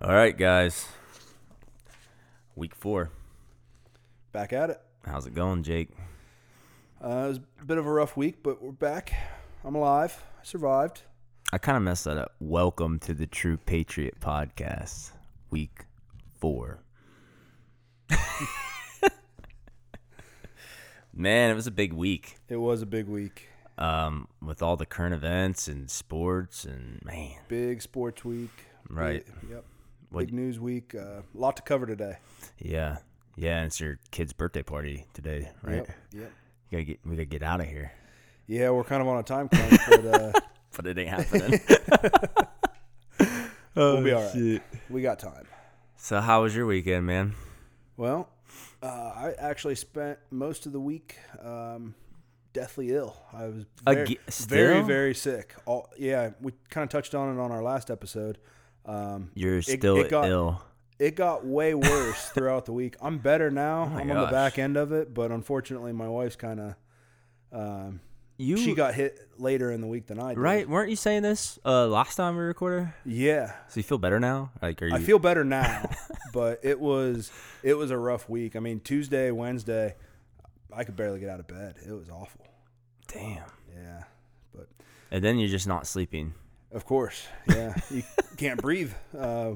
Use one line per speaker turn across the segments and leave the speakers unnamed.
All right, guys. Week four.
Back at it.
How's it going, Jake?
Uh, it was a bit of a rough week, but we're back. I'm alive. I survived.
I kind of messed that up. Welcome to the True Patriot Podcast, week four. Man, it was a big week
It was a big week.
um, with all the current events and sports, and man,
Big sports week.
Right.
Big- yep.
What-
Big news week. A uh, lot to cover today.
yeah, yeah. And it's your kid's birthday party today, right?
Yep. Yep.
You gotta get, we gotta get out of here,
Yeah, we're kind of on a time crunch, but uh,
but it ain't happening. Oh,
we'll be all right. We got time.
so, how was your weekend, man?
Well, uh, I actually spent most of the week um, deathly ill. I was very,
Aga-
very,
still?
very sick. All, yeah, we kind of touched on it on our last episode. Um,
You're
It-
still
it got-
ill.
it got way worse throughout the week. I'm better now.
Oh my
I'm on the
gosh.
back end of it, but unfortunately, my wife's kind of um,
You
she got hit later in the week than I did.
right? Weren't you saying this uh, last time we recorded?
Yeah,
So you feel better now? Like, are you?
I feel better now, but it was it was a rough week. I mean, Tuesday, Wednesday, I could barely get out of bed. It was awful.
damn.
Yeah, but
And then you're just not sleeping.
Of course, yeah. You can't breathe. Uh,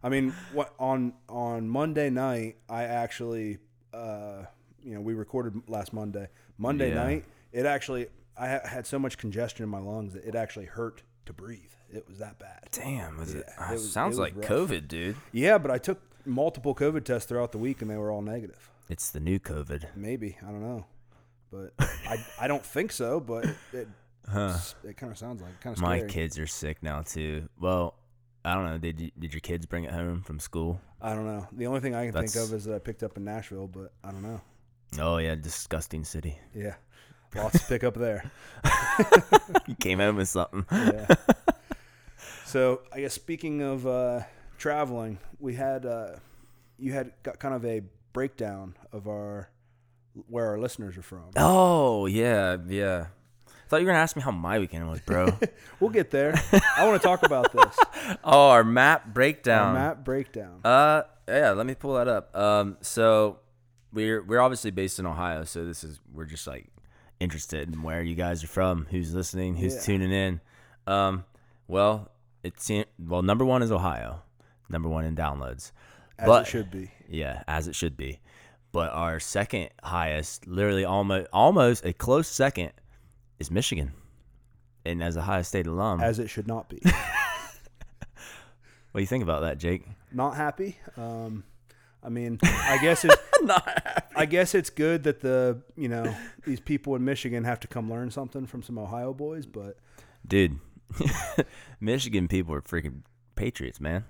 I mean, what on on Monday night? I actually, uh, you know, we recorded last Monday. Monday
Yeah.
night, it actually, I ha- had so much congestion in my lungs that it actually hurt to breathe. It was that bad.
Damn, was it?
Yeah,
ah,
it was-
sounds
it was
like
rough.
COVID, dude.
Yeah, but I took multiple COVID tests throughout the week, and they were all negative.
It's the new COVID.
Maybe I don't know, but I I don't think so. But it it, it kind of sounds like kind of
Uh. My
scary.
kids are sick now too. Well, I don't know. Did you, did your kids bring it home from school?
I don't know. The only thing I can think
That's-
of is that I picked up in Nashville, but I don't know.
Oh yeah, disgusting city.
Yeah. Lots to pick up there.
you came home with something.
Yeah. so I guess speaking of uh, traveling, we had uh, you had got kind of a breakdown of our where our listeners are from.
Oh yeah, yeah. Thought you were gonna ask me how my weekend was, bro.
We'll get there. I want to talk about this
oh, our map breakdown.
our map breakdown.
Um, Uh, yeah. Let me pull that up. Um, so we're we're obviously based in Ohio, so this is we're just like interested in where you guys are from, who's listening, who's
Yeah.
tuning in. Um, well, it's in- well number one is Ohio, number one in downloads,
As
but
it should be.
yeah, as it should be. But our second highest, literally almost almost a close second, is Michigan. And as a Ohio State alum,
As it should not be.
what do you think about that, Jake?
Not happy. Um, I mean, I guess it's I guess it's good that the you know these people in Michigan have to come learn something from some Ohio boys, but
Dude, Michigan people are freaking patriots, man.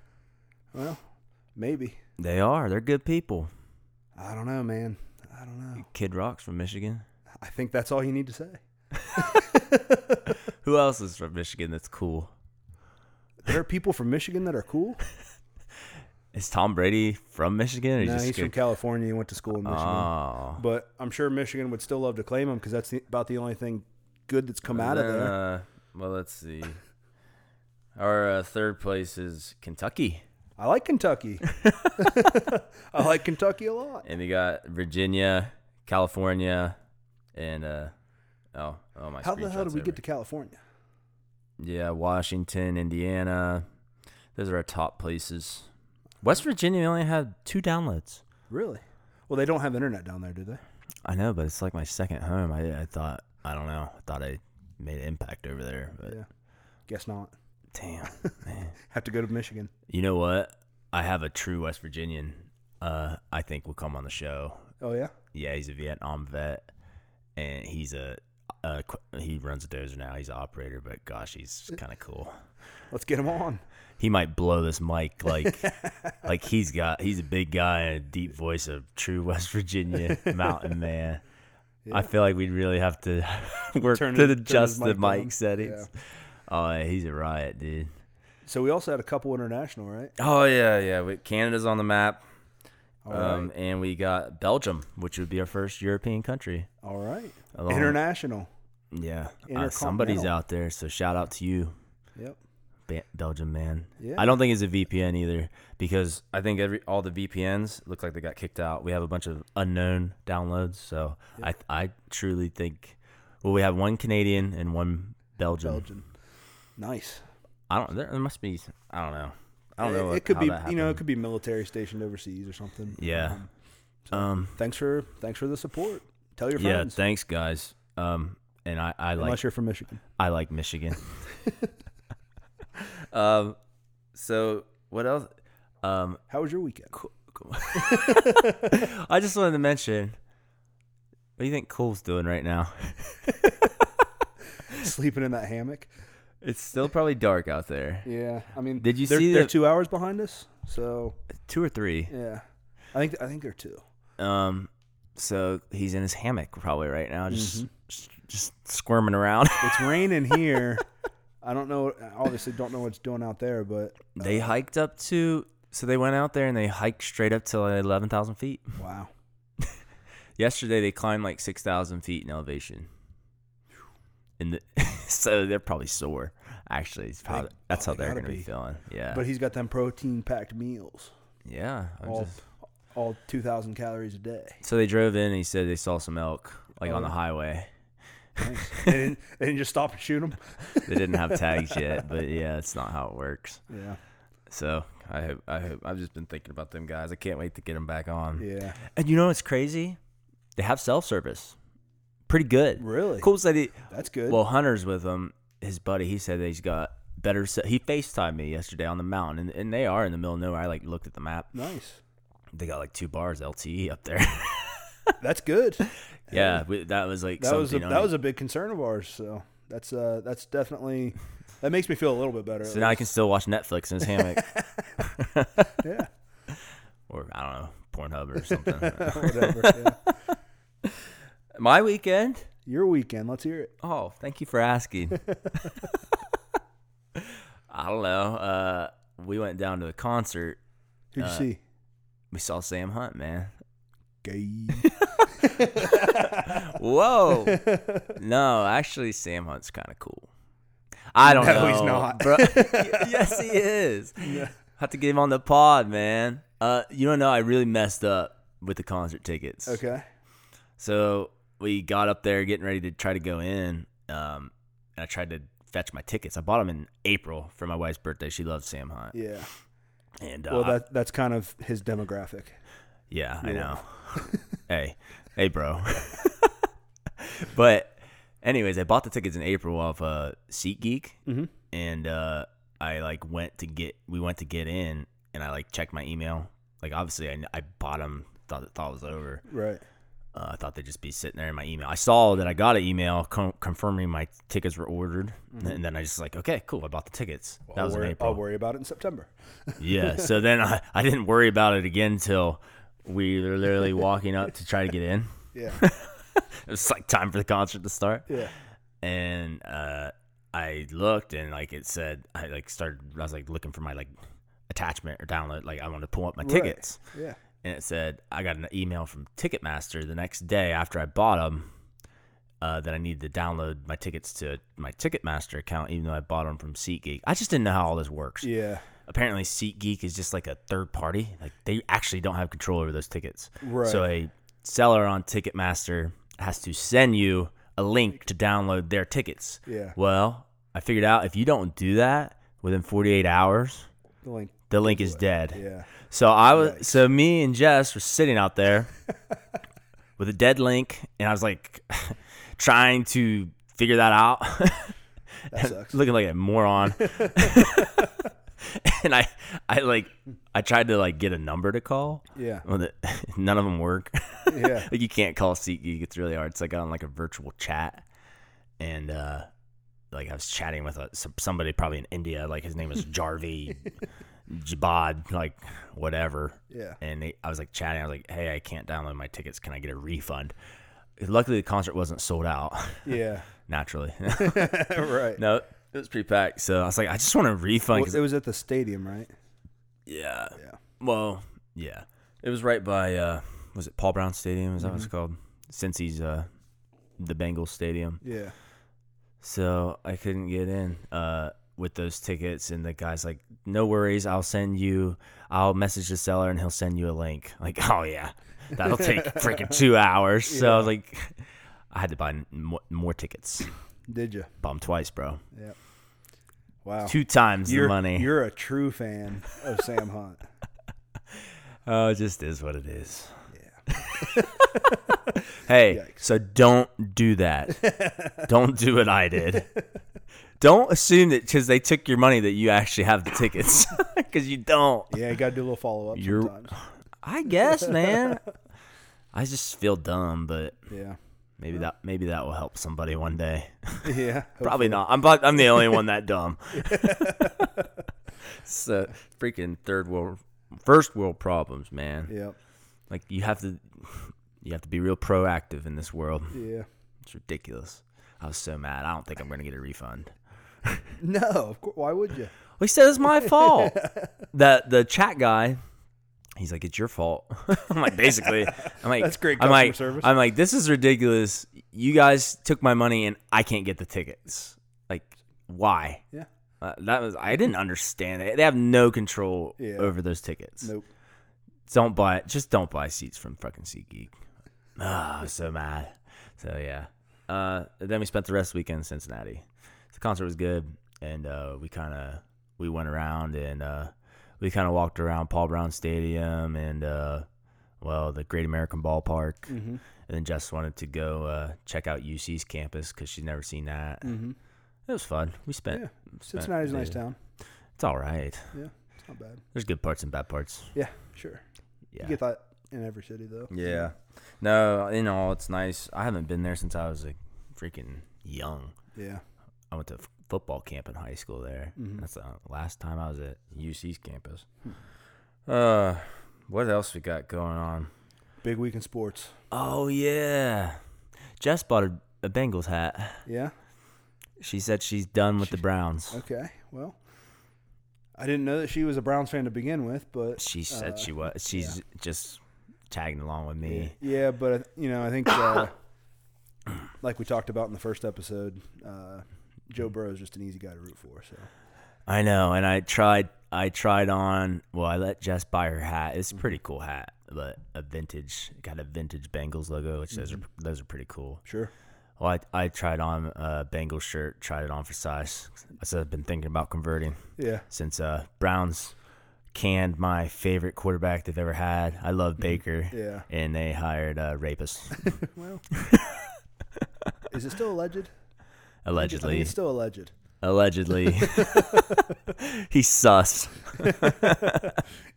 well, maybe
They are. They're good people.
I don't know, man. I don't know.
Kid Rock's from Michigan.
I think that's all you need to say.
Who else is from Michigan that's cool?
There are people from Michigan that are cool.
Is Tom Brady from Michigan? Or
No,
just
he's from
good-
California. He went to school in Michigan,
Oh.
but I'm sure Michigan would still love to claim him because that's the, about the only thing good that's come out of
Then,
there.
uh, well, let's see. Our uh, third place is Kentucky.
I like Kentucky. I like Kentucky a lot.
And we got Virginia, California, and uh, oh, oh my
How the hell
screenshot's
did we
over.
get to California?
Yeah, Washington, Indiana. Those are our top places. West Virginia only had two downloads.
Really? Well, they don't have internet down there, do they?
I know, but it's like my second home. I, I thought I don't know. I thought I made an impact over there, but
Yeah. Guess not.
damn.
Have to go to Michigan.
You know what? I have a true West Virginian. Uh, I think will come on the show.
Oh yeah.
Yeah, he's a Vietnam vet, and he's a, a qu- he runs a dozer now. He's an operator, but gosh, he's kind of cool.
Let's get him on.
he might blow this mic like like he's got he's a big guy and a deep voice of true West Virginia mountain man. I feel like we'd really have to work
Turn
to
his- turn his
adjust the
mic
mic
down.
settings. Oh, yeah, he's a riot, dude.
So we also had a couple international, right?
Oh yeah, yeah. We, Canada's on the map,
All right.
um, and we got Belgium, which would be our first European country.
All right.
Along-
International.
Yeah, uh, somebody's
Intercontinental.
out there, so shout out to you
Yep.
Ba- Belgium man.
Yeah.
I don't think it's a VPN either because I think every all the VPNs look like they got kicked out. We have a bunch of unknown downloads, so I I truly think well we have one Canadian and one Belgian.
Belgian. Nice.
I don't there, there must be I don't know. I don't
it,
know.
It could
how
be
that
you know it
happened.
could be military stationed overseas or something.
Yeah.
Um,
Um
thanks for thanks for the support. Tell your
yeah,
friends.
thanks guys. Um and I I like
Unless you're from Michigan.
I like Michigan. um, so what else? Um,
How was your weekend?
cool, cool. I just wanted to mention. What do you think Cool's doing right now?
Sleeping in that hammock.
It's still probably dark out there.
Yeah. I mean,
Did you
they're,
see
they're
the-
two hours behind us? So
Two or three.
yeah, I think I think they're two.
Um, so he's in his hammock probably right now, just s- just squirming around.
It's raining here. I don't know. I Obviously, don't know what's doing out there, but
they hiked up to. So they went out there and they hiked straight up to like eleven thousand feet.
wow.
Yesterday they climbed like six thousand feet in elevation. And the, so they're probably sore. Actually, it's probably, that's how
oh, they
they're
gotta
gonna be.
be.
feeling. Yeah,
But he's got them protein-packed meals,
yeah. I'm
all
just-
all two thousand calories a day.
so they drove in and he said they saw some elk like on
Oh.
the highway.
Nice. they, didn't, they didn't just stop and shoot him.
They didn't have tags yet, but yeah, that's not how it works.
Yeah.
So I hope I hope I've just been thinking about them guys. I can't wait to get them back on.
Yeah.
And you know what's crazy? They have self service, pretty good.
Really?
Cool said he
That's good.
Well, Hunter's with him. His buddy, he said that he's got better. Se- he FaceTimed me yesterday on the mountain, and, and they are in the middle of nowhere. I like looked at the map.
nice.
They got like two bars LTE up there.
That's good.
yeah, we, that was like
That was a,
something on
that
it.
was a big concern of ours. So that's uh that's definitely that makes me feel a little bit better. at
so now I
least.
can still watch Netflix in his hammock,
yeah.
or I don't know, Pornhub or something.
Whatever. yeah.
My weekend.
Your weekend. Let's hear it.
Oh, thank you for asking. I don't know. Uh, we went down to a concert.
Who'd
Uh,
you see?
We saw Sam Hunt, man.
Gay.
Whoa. no, actually, Sam Hunt's kind of cool. I don't know.
No, he's not.
bro. yes, he is. Have to get him on the pod, man. Uh, you don't know. I really messed up with the concert tickets.
Okay.
So we got up there, getting ready to try to go in. Um, and I tried to fetch my tickets. I bought them in April for my wife's birthday. She loves Sam Hunt,
Yeah.
and uh,
Well,
I-
that that's kind of his demographic.
Yeah, I
Yeah.
know. hey, hey, bro. but, anyways, I bought the tickets in April off uh, SeatGeek,
Mhm.
and uh, I like went to get we went to get in, and I like checked my email. Like obviously, I, kn- I bought them, thought thought it was over.
Right.
Uh, I thought they'd just be sitting there in my email. I saw that I got an email con confirming my tickets were ordered,
Mm-hmm.
and then I just like, okay, cool, I bought the tickets. that was
I'll,
in
worry,
April.
I'll worry about it in September.
Yeah. So then I, I didn't worry about it again till we were literally walking up to try to get in.
Yeah.
It was like time for the concert to start.
Yeah.
And uh, I looked and like it said, I like started, I was like looking for my like attachment or download. Like I wanted to pull up my tickets.
Yeah.
And it said, I got an email from Ticketmaster the next day after I bought them. Uh, that I needed to download my tickets to my Ticketmaster account, even though I bought them from SeatGeek. I just didn't know how all this works
Yeah.
apparently SeatGeek is just like a third party. Like they actually don't have control over those tickets.
Right.
So a seller on Ticketmaster has to send you a link to download their tickets.
Yeah.
Well, I figured out if you don't do that within 48 hours,
The link.
the link is dead.
Yeah.
So I was so me and Jess were sitting out there with a dead link and I was like trying to figure that out.
That sucks.
looking like a moron. and I, I like, I tried to like get a number to call.
Yeah.
Well, the, none of them work.
Yeah.
like you can't call SeatGeek. It's really hard. It's like on like a virtual chat, and uh like I was chatting with a, some- somebody probably in India. Like his name was Jarvi, Jabad, like whatever.
Yeah.
And they, I was like chatting. I was like, "Hey, I can't download my tickets. Can I get a refund?" Luckily, the concert wasn't sold out.
Yeah.
Naturally.
right.
No, it was pretty packed. So I was like, I just want a refund.
Well,
'cause-
it was at the stadium, right?
yeah.
Yeah.
Well, yeah. It was right by uh was it Paul Brown Stadium? Is that what it's
Mm-hmm.
called? Since he's uh the Bengals Stadium.
Yeah.
So I couldn't get in. Uh with those tickets and the guy's like no worries i'll send you i'll message the seller and he'll send you a link like oh yeah that'll take freaking two hours so i was like i had to buy more, more tickets
Did you?
bum twice bro
Yeah. Wow.
two times
you're,
the money
You're a true fan of Sam Hunt.
oh it just is what it is
Yeah.
hey
Yikes.
so don't do that don't do what i did don't assume that because they took your money that you actually have the tickets because you don't
Yeah, you got to do a little follow up
You're-
sometimes.
I guess, man. I just feel dumb, but
Yeah.
maybe that maybe that will help somebody one day.
Yeah.
Probably not. I'm prob- I'm the only one that dumb. it's uh, freaking third world, first world problems, man.
Yep.
Like you have to, you have to be real proactive in this world.
Yeah.
It's ridiculous. I was so mad. I don't think I'm gonna get a refund.
No, of course. Why would you?
Well, he said it's my fault. the the chat guy, he's like, it's your fault. I'm like, basically, I'm like,
That's great
I'm
customer
like,
service.
I'm like, this is ridiculous. You guys took my money and I can't get the tickets. Like, why?
Yeah.
Uh, that was I didn't understand it. They have no control
Yeah.
over those tickets.
Nope.
Don't buy just don't buy seats from fucking SeatGeek. Ah, I was so mad. So yeah. Uh, then we spent the rest of the weekend in Cincinnati. The concert was good, and uh, we kind of we went around and uh, we kind of walked around Paul Brown Stadium and uh, well the Great American Ballpark, and then Jess wanted to go uh, check out UC's campus because she's never seen that.
Mhm.
It was fun. We spent.
Yeah. Cincinnati's a nice
the-
town.
It's all right.
Yeah. It's not bad.
There's good parts and bad parts.
Yeah. Sure.
Yeah.
You get that in every city, though.
Yeah. No, in all, it's nice. I haven't been there since I was like freaking young.
Yeah.
I went to f- football camp in high school there. That's the last time I was at UC's campus. Uh, what else we got going on?
Big week in sports.
Oh yeah, Jess bought a, a Bengals hat.
Yeah.
She said she's done with the Browns.
Okay. Well, I didn't know that she was a Browns fan to begin with, but
She said she was. She's just tagging along with me.
Yeah, but you know, I think uh, like we talked about in the first episode, uh, Joe Burrow is just an easy guy to root for. So
I know, and I tried. I tried on. Well, I let Jess buy her hat. It's a pretty cool hat, but a vintage. Got a vintage Bengals logo, which those are those are pretty cool.
sure,
Well, I, I tried on a Bengals shirt. Tried it on for size. I said I've been thinking about converting
yeah,
since uh, Browns canned my favorite quarterback they've ever had. I love Baker.
Yeah.
And they hired a rapist,
well, is it still alleged? I think
allegedly.
it's still alleged.
Allegedly. He's sus.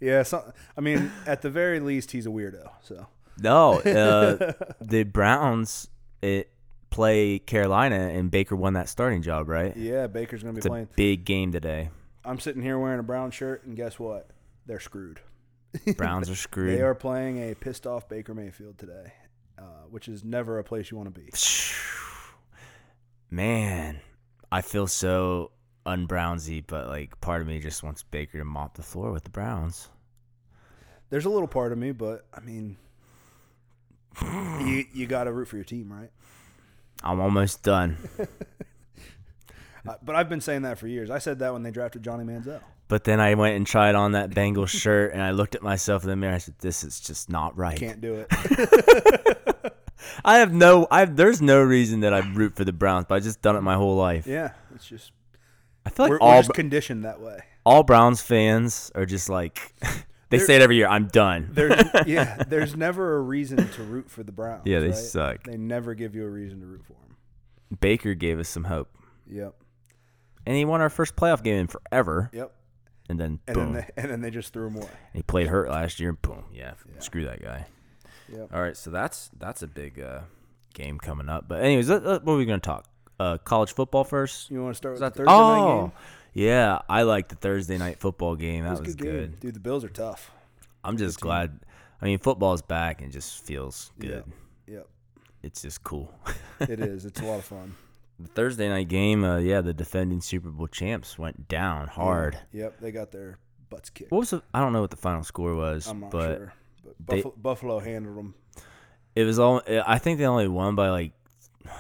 Yeah, so, I mean, at the very least, he's a weirdo. So
No, uh, the Browns it, play Carolina, and Baker won that starting job, right?
yeah, Baker's gonna be
It's a
playing.
big game today.
I'm sitting here wearing a brown shirt, and guess what? They're screwed.
Browns are screwed.
They are playing a pissed off Baker Mayfield today, uh, which is never a place you want to be.
Man, I feel so unbrownsy, but like part of me just wants Baker to mop the floor with the Browns.
There's a little part of me, but I mean, you you got to root for your team, right?
I'm almost done.
Uh, but I've been saying that for years. I said that when they drafted Johnny Manziel.
But then I went and tried on that Bengals shirt, and I looked at myself in the mirror. I said, "This is just not right."
Can't do it.
I have no, I have, there's no reason that I root for the Browns, but I just done it my whole life.
Yeah, it's just
I feel like
we're,
all
we're just
Br-
conditioned that way.
all Browns fans are just like they say it every year. I'm done.
There's yeah, there's never a reason to root for the Browns.
Yeah, they
right?
suck.
They never give you a reason to root for them.
Baker gave us some hope,
Yep,
and he won our first playoff game in forever.
yep.
And then
And
boom,
then they, and then they just threw him away.
he played hurt last year. Boom, yeah, screw that guy.
Yep.
All right, so that's that's a big uh, game coming up. But anyways, let, let- what are we gonna talk? Uh, college football first.
You want to start with the
that-
Thursday night game?
yeah, I like the Thursday night football game. Oh, That
It's a
was good.
game, dude. The Bills are tough.
I'm just glad. I mean, football's back and just feels good.
Yep,
It's just cool.
it is. It's a lot of fun.
The Thursday night game, uh, yeah, the defending Super Bowl champs went down hard.
Yep, they got their butts kicked.
What was the, I don't know what the final score was,
I'm not
but
sure. But
they-
Buffalo, Buffalo handled them.
it was all. eh, I think they only won by like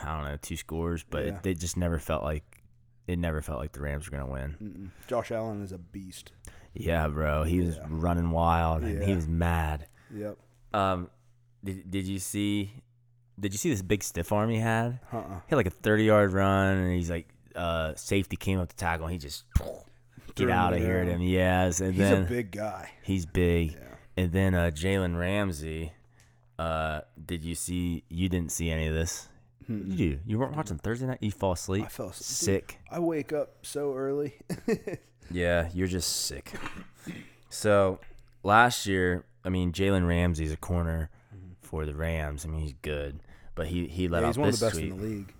I don't know two scores, but
Yeah.
it, they just never felt like it never felt like the Rams were gonna win.
Mm-mm. Josh Allen is a beast.
Yeah, bro, he was
Yeah.
running wild and he
Yeah.
was mad.
Yep.
Um, did, did you see? Did you see this big stiff arm he had?
Uh-uh.
He had like a thirty yard run, and he's like, uh, safety came up to tackle, and he just
Threw
get
him
out of
to the
here at
ground.
him. Yes, and
He's
then
a big guy.
he's big.
Yeah.
And then uh, Jalen Ramsey. Uh, did you see? You didn't see any of this. What did you do? You weren't watching Thursday night. You fall asleep.
I fell asleep.
sick.
I wake up so early.
Yeah, you're just sick. So last year, I mean, Jalen Ramsey's a corner for the Rams. I mean, he's good, but he he let
Mm-hmm.
out
Yeah, he's one of
this
the best
tweet.
in the league.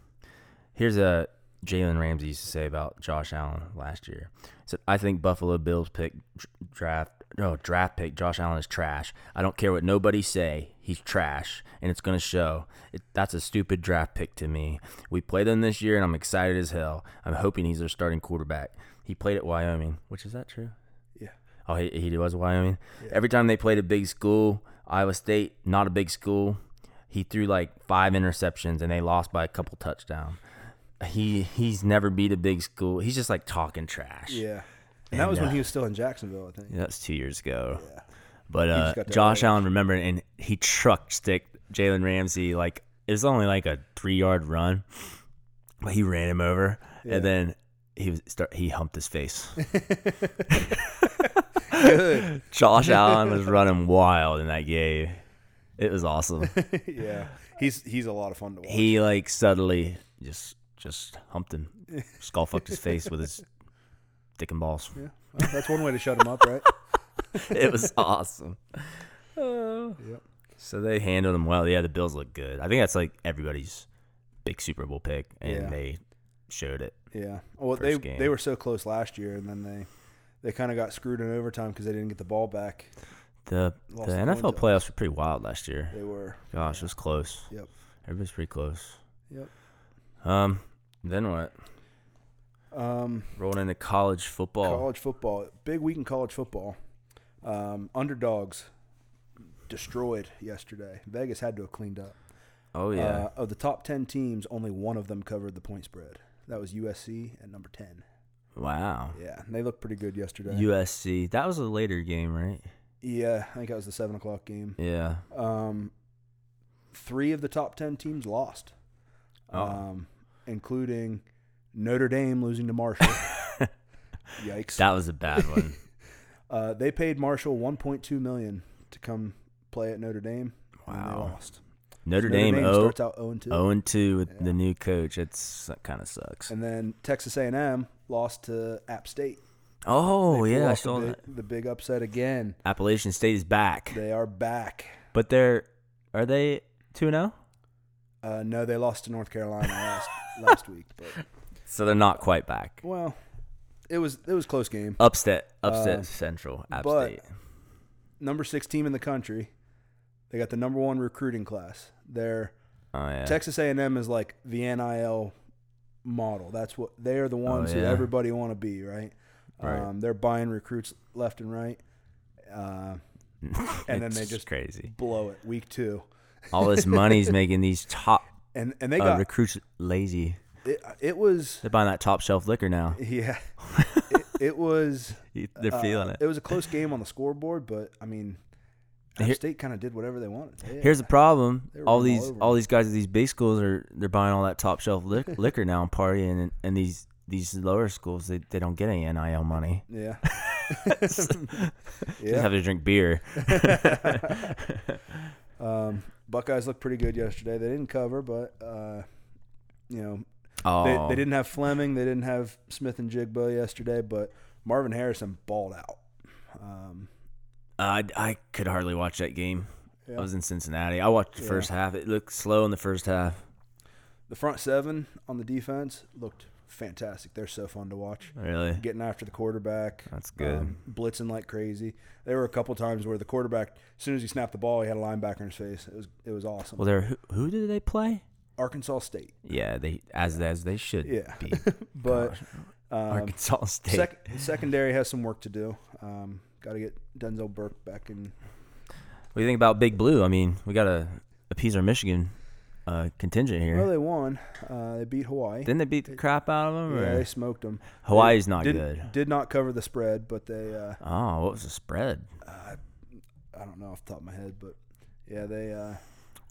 Here's a Jalen Ramsey used to say about Josh Allen last year. He said, "I think Buffalo Bills pick dr- draft no draft pick Josh Allen is trash. I don't care what nobody say. He's trash, and it's gonna show. It, that's a stupid draft pick to me. We played them this year, and I'm excited as hell. I'm hoping he's their starting quarterback. He played at Wyoming, which is that true?
Yeah.
Oh, he, he was Wyoming. Every time they played a big school, Iowa State, not a big school, he threw like five interceptions and they lost by a couple touchdown. He he's never beat a big school. He's just like talking trash.
Yeah. And, that was
uh,
when he was still in Jacksonville, I think.
Yeah, That's two years ago. But uh,
just got that
Josh Allen remembered and he truck sticked Jalen Ramsey like it was only like a three yard run, but he ran him over
Yeah.
and then he was start he humped his face.
Good.
Josh Allen was running wild in that game. It was awesome.
yeah. He's he's a lot of fun to watch.
he like subtly just just humped him, skull fucked his face with his dick and balls.
yeah. Well, that's one way to shut him up, right?
It was awesome.
Yep.
So they handled him well. Yeah, the Bills look good. I think that's like everybody's big Super Bowl pick, and
Yeah.
they showed it.
Yeah. Well,
First
they
game.
they were so close last year, and then they they kind of got screwed in overtime because they didn't get the ball back.
The
Lost
the
the
NFL
window.
playoffs were pretty wild last year.
They were.
Gosh, it was close.
Yep.
Everybody's pretty close.
Yep.
Um, then what?
Um,
Rolling into college football.
College football. Big week in college football. Um, underdogs destroyed yesterday. Vegas had to have cleaned up.
Oh yeah.
Uh, of the top 10 teams, only one of them covered the point spread. That was USC at number 10.
wow.
Yeah, and they looked pretty good yesterday.
USC. That was a later game, right?
yeah, I think that was the 7 o'clock game.
Yeah.
Um, three of the top 10 teams lost,
Oh.
um, including Notre Dame losing to Marshall. Yikes.
That was a bad one.
Uh, they paid Marshall 1.2 million to come play at Notre Dame. and they
Wow.
lost.
Notre,
Notre
Dame,
Dame
oh,
starts out 0 2.
oh and 2 with
Yeah.
the new coach. It's, that kind of sucks.
And then Texas A&M lost to App State.
Oh,
They pull
yeah. I
off
saw
the,
that.
big- the big upset again.
Appalachian State is back.
They are back.
But they're, are they oh? 2 0?
Uh, no, they lost to North Carolina last last week. But,
So they're not quite back.
well, it was it was a close game.
Upset, upset
Uh,
Central, App
but-
State.
Number six team in the country. They got the number one recruiting class. They're
Oh, yeah.
Texas A&M is like the NIL model. That's what they are the ones who
Oh, yeah.
everybody want to be, right?
Right.
Um, they're buying recruits left and right, uh, and then
It's
they just
crazy.
blow it week two,
All this money's making these top
and and they
uh,
got
recruits lazy.
it, it was
They're buying that top shelf liquor now.
yeah, it, it was
They're
uh,
feeling it.
was a close game on the scoreboard, but I mean, App
Here-
State kind of did whatever they wanted. They-
Here's the problem:
They were
all
running all
these
over
all
them.
these guys at these big schools are they're buying all that top shelf lic- liquor now and partying, and, and these these lower schools they, they don't get any nil money.
yeah,
Just
yeah.
have to drink beer.
Um, Buckeyes looked pretty good yesterday. They didn't cover, but uh, you know,
Oh,
They, they didn't have Fleming. They didn't have Smith and Jigba yesterday, but Marvin Harrison balled out. Um,
I I could hardly watch that game.
Yeah.
I was in Cincinnati. I watched the
Yeah.
first half. It looked slow in the first half.
the front seven on the defense looked fantastic. They're so fun to watch.
Really,
Getting after the quarterback. um,
That's good.
blitzing like crazy. There were a couple times where the quarterback, as soon as he snapped the ball, he had a linebacker in his face. It was it was awesome.
well, they're who, who did they play?
Arkansas State.
Yeah, they as as they should.
Yeah.
be.
But um,
Arkansas State.
sec- secondary has some work to do. Um, Got to get Denzel Burke back in
What do you think about Big Blue? I mean, we gotta appease our Michigan uh, uh, contingent here.
Well, they won. Uh, they beat Hawaii.
Didn't they beat the crap out of them?
yeah,
or-
they smoked them.
Hawaii's not
did
good.
Did not cover the spread, but they. Uh,
Oh, what was the spread?
I don't know off the top of my head, but yeah, they. Uh,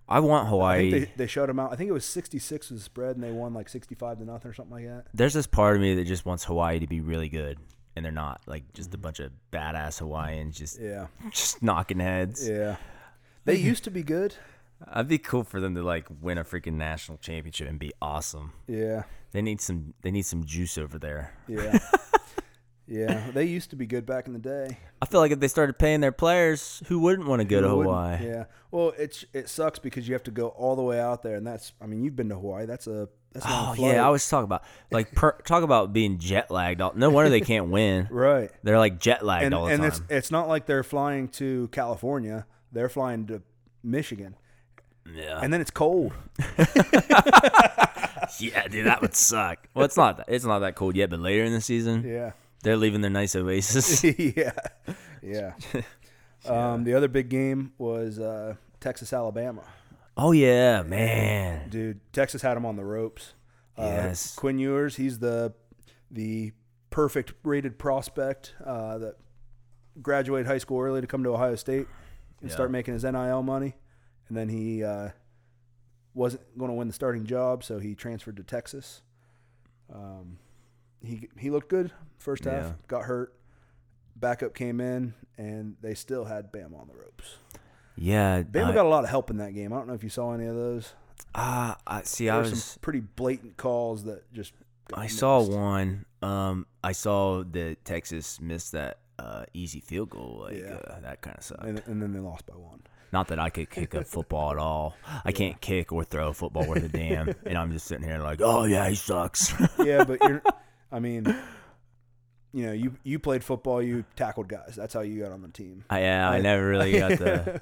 I want
I
Hawaii.
think they, they shut them out. I think it was 66 was the spread, and they won like 65 to nothing or something like that.
There's this part of me that just wants Hawaii to be really good, and they're not. Like just a bunch of badass Hawaiians just
Mm. Yeah,
just knocking heads.
yeah. They used to be good.
I'd be cool for them to like win a freaking national championship and be awesome.
Yeah,
They need some. They need some juice over there.
yeah, yeah. They used to be good back in the day.
I feel like if they started paying their players, who wouldn't want to go to
Who wouldn't?
Hawaii?
Yeah. Well, it's it sucks because you have to go all the way out there, and that's. I mean, you've been to Hawaii. That's a. That's a
Oh
long flight.
yeah, I always talk about like per, talk about being jet lagged. all- No wonder they can't win.
right.
They're like jet lagged
and,
all the
and
time.
it's it's not like they're flying to California. They're flying to Michigan,
yeah.
and then it's cold.
yeah, dude, that would suck. Well, it's not. It's not that cold yet, but later in the season,
Yeah,
they're leaving their nice oasis.
yeah, yeah. Um, the other big game was uh, Texas Alabama.
oh yeah, man.
Dude, Texas had him on the ropes. Uh,
Yes.
Quinn Ewers, he's the the perfect rated prospect uh, that graduated high school early to come to Ohio State and start making his NIL money, and then he uh, wasn't going to win the starting job, so he transferred to Texas. Um, he he looked good first half,
Yeah.
got hurt. Backup came in, and they still had Bama on the ropes.
Yeah.
Bama
uh,
got a lot of help in that game. I don't know if you saw any of those.
ah, I see. I
There's
was.
some pretty blatant calls that just. got
I saw
missed.
one. Um, I saw that Texas missed that uh, easy field goal. Like
Yeah.
uh, that kind of sucked.
and, and then they lost by one.
Not that I could kick a football at all. I can't kick or throw a football worth a damn. And I'm just sitting here like, oh yeah, he sucks.
Yeah, but you're, I mean, you know, you you played football, you tackled guys. That's how you got on the team.
I, yeah, I never really Oh, got the.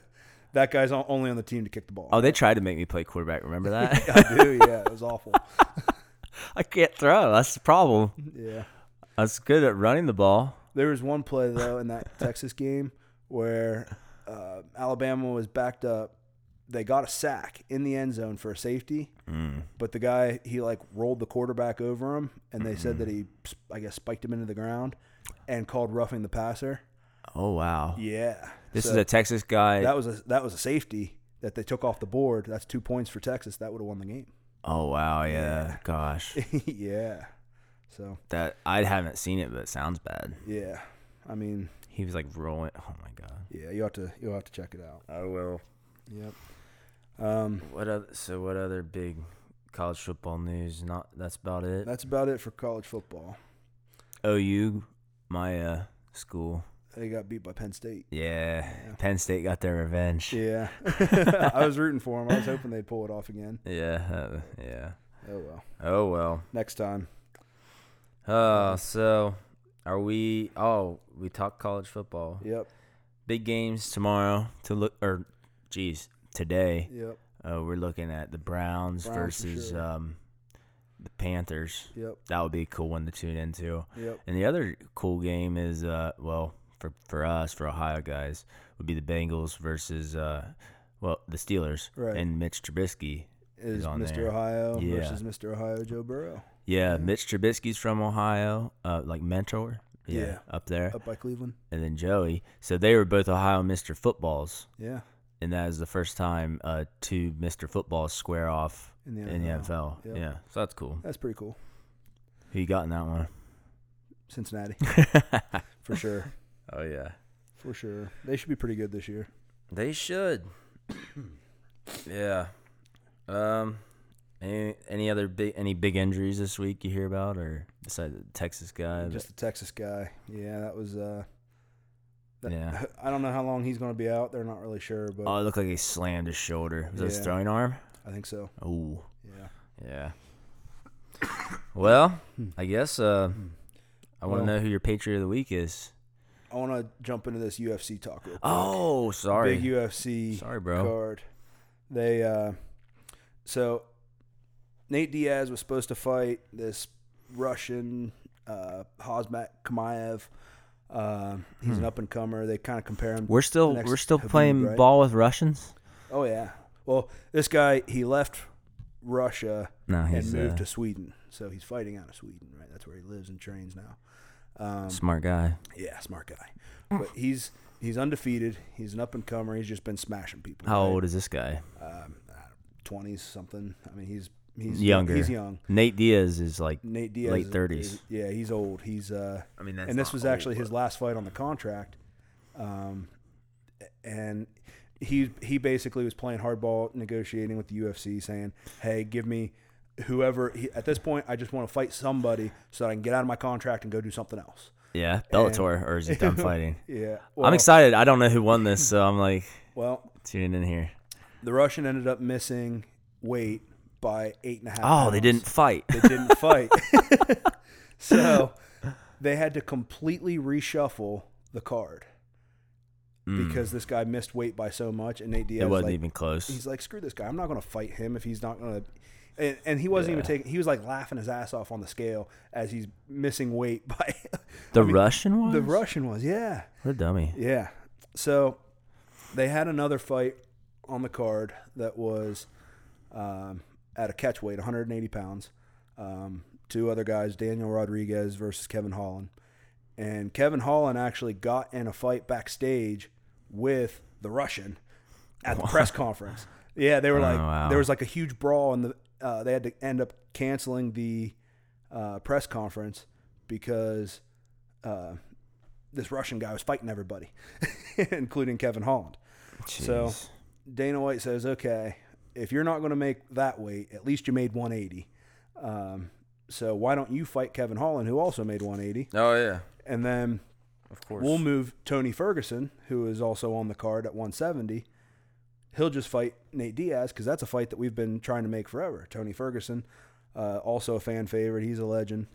That guy's on- only on the team to kick the ball.
Oh, they tried to make me play quarterback. Remember that?
I do. Yeah, it was awful.
I can't throw. That's the problem.
Yeah,
I was good at running the ball.
there was one play though in that Texas game where uh, Alabama was backed up. They got a sack in the end zone for a safety,
Mm.
but the guy he like rolled the quarterback over him, and they said
Mm-hmm.
that he, I guess, spiked him into the ground, and called roughing the passer.
Oh wow.
Yeah,
This
So-
is a Texas guy.
That was a that was a safety that they took off the board. That's two points for Texas. That would have won the game.
oh wow. Yeah. Gosh.
yeah. So
That I haven't seen it, but it sounds bad.
yeah, I mean
He was like rolling. Oh my god.
yeah, you have to you will have to check it out.
I will.
Yep. Um,
What other? So what other big college football news? Not that's about it.
that's about it for college football.
OU, my uh, school.
They got beat by Penn State.
Yeah. Penn State got their revenge. Yeah.
Yeah, I was rooting for them. I was hoping they'd pull it off again.
uh, yeah.
Oh well.
Oh well.
Next time.
Uh, so are we? Oh, we talk college football.
Yep.
Big games tomorrow to look, or geez, today.
Yep.
Uh, we're looking at the Browns,
Browns for
versus
sure.
um, the Panthers.
Yep.
That would be a cool one to tune into.
Yep.
And the other cool game is, uh, well, for for us, for Ohio guys, would be the Bengals versus, uh, well, the Steelers
Right.
and Mitch Trubisky.
Is
on
Mr.
there.
Ohio
Yeah.
versus Mr. Ohio Joe Burrow
Yeah,
Mm-hmm.
Mitch Trubisky's from Ohio, uh, like mentor. Yeah,
Yeah.
up there,
up by Cleveland?
and then Joey. So they were both Ohio Mr. Footballs,
Yeah.
and that is the first time uh, two Mr. Footballs square off
In the
in the NFL.
NFL. Yep.
Yeah, so that's cool.
That's pretty cool.
Who you got in that one?
Cincinnati for sure.
oh yeah,
For sure. They should be pretty good this year.
they should. yeah. Um. Any any other big any big injuries this week you hear about or besides the Texas guy? that-
Just the Texas guy. Yeah, that was uh that-
Yeah.
I don't know how long he's going to be out. They're not really sure, but
oh, it looked like he slammed his shoulder. Was it his
Yeah.
throwing arm?
I think so.
Oh.
Yeah.
Yeah. Well, I guess uh, I want to
Well-
know who your Patriot of the Week is.
I want to jump into this UFC talk real quick.
Oh, sorry.
Big UFC
Sorry, bro.
card. They uh so Nate Diaz was supposed to fight this Russian uh Hosmat Kamaev. Uh, he's
Hmm.
an up and comer. They kind of compare him.
we're still
the next
we're still
Habib,
playing
right?
ball with Russians.
Oh yeah. Well, this guy he left Russia
No,
and
he's
moved
uh,
to Sweden. So he's fighting out of Sweden, right? That's where he lives and trains now. Um,
smart guy.
yeah, smart guy. But he's he's undefeated. He's an up and comer. He's just been smashing people.
How
right?
old is this guy?
Um, twenties something. I mean, he's he's
Younger.
He's young.
Nate Diaz is like.
Nate Diaz,
Late
is-
30s.
is- Yeah, he's old. He's uh,
I mean, that's
and this was actually his last fight on the contract. Um, and he he basically was playing hardball, negotiating with the UFC, saying, "Hey, give me whoever." He, at this point, I just want to fight somebody so that I can get out of my contract and go do something else.
yeah Bellator, or is he done fighting?
Yeah,
I'm
well-
excited. I don't know who won this, so I'm like
Well,
tuning in here.
the Russian ended up missing weight by eight and a half.
Oh, they
pounds.
didn't fight.
They didn't fight, so they had to completely reshuffle the card. Because this guy missed weight by so much, and Nate Diaz
Hmm. It wasn't
like,
even close.
he's like, screw this guy. I'm not going to fight him if he's not going to. And, and he wasn't even taking. He was like laughing his ass off on the scale as he's missing weight by
The Russian one.
the Russian was. Yeah,
What a dummy.
yeah. So they had another fight on the card that was um, at a catch weight, 180 pounds. Um, two other guys, Daniel Rodriguez versus Kevin Holland. And Kevin Holland actually got in a fight backstage with the Russian at the press conference. Yeah, they were like,
wow.
there was like a huge brawl, and the, uh, they had to end up canceling the uh, press conference because uh, this Russian guy was fighting everybody, including Kevin Holland. So
Jeez.
Dana White says, okay, if you're not going to make that weight, at least you made 180. Um, so why don't you fight Kevin Holland, who also made 180?
Oh yeah,
And then
of course.
we'll move Tony Ferguson, who is also on the card at 170. He'll just fight Nate Diaz because that's a fight that we've been trying to make forever. Tony Ferguson, uh, also a fan favorite. He's a legend.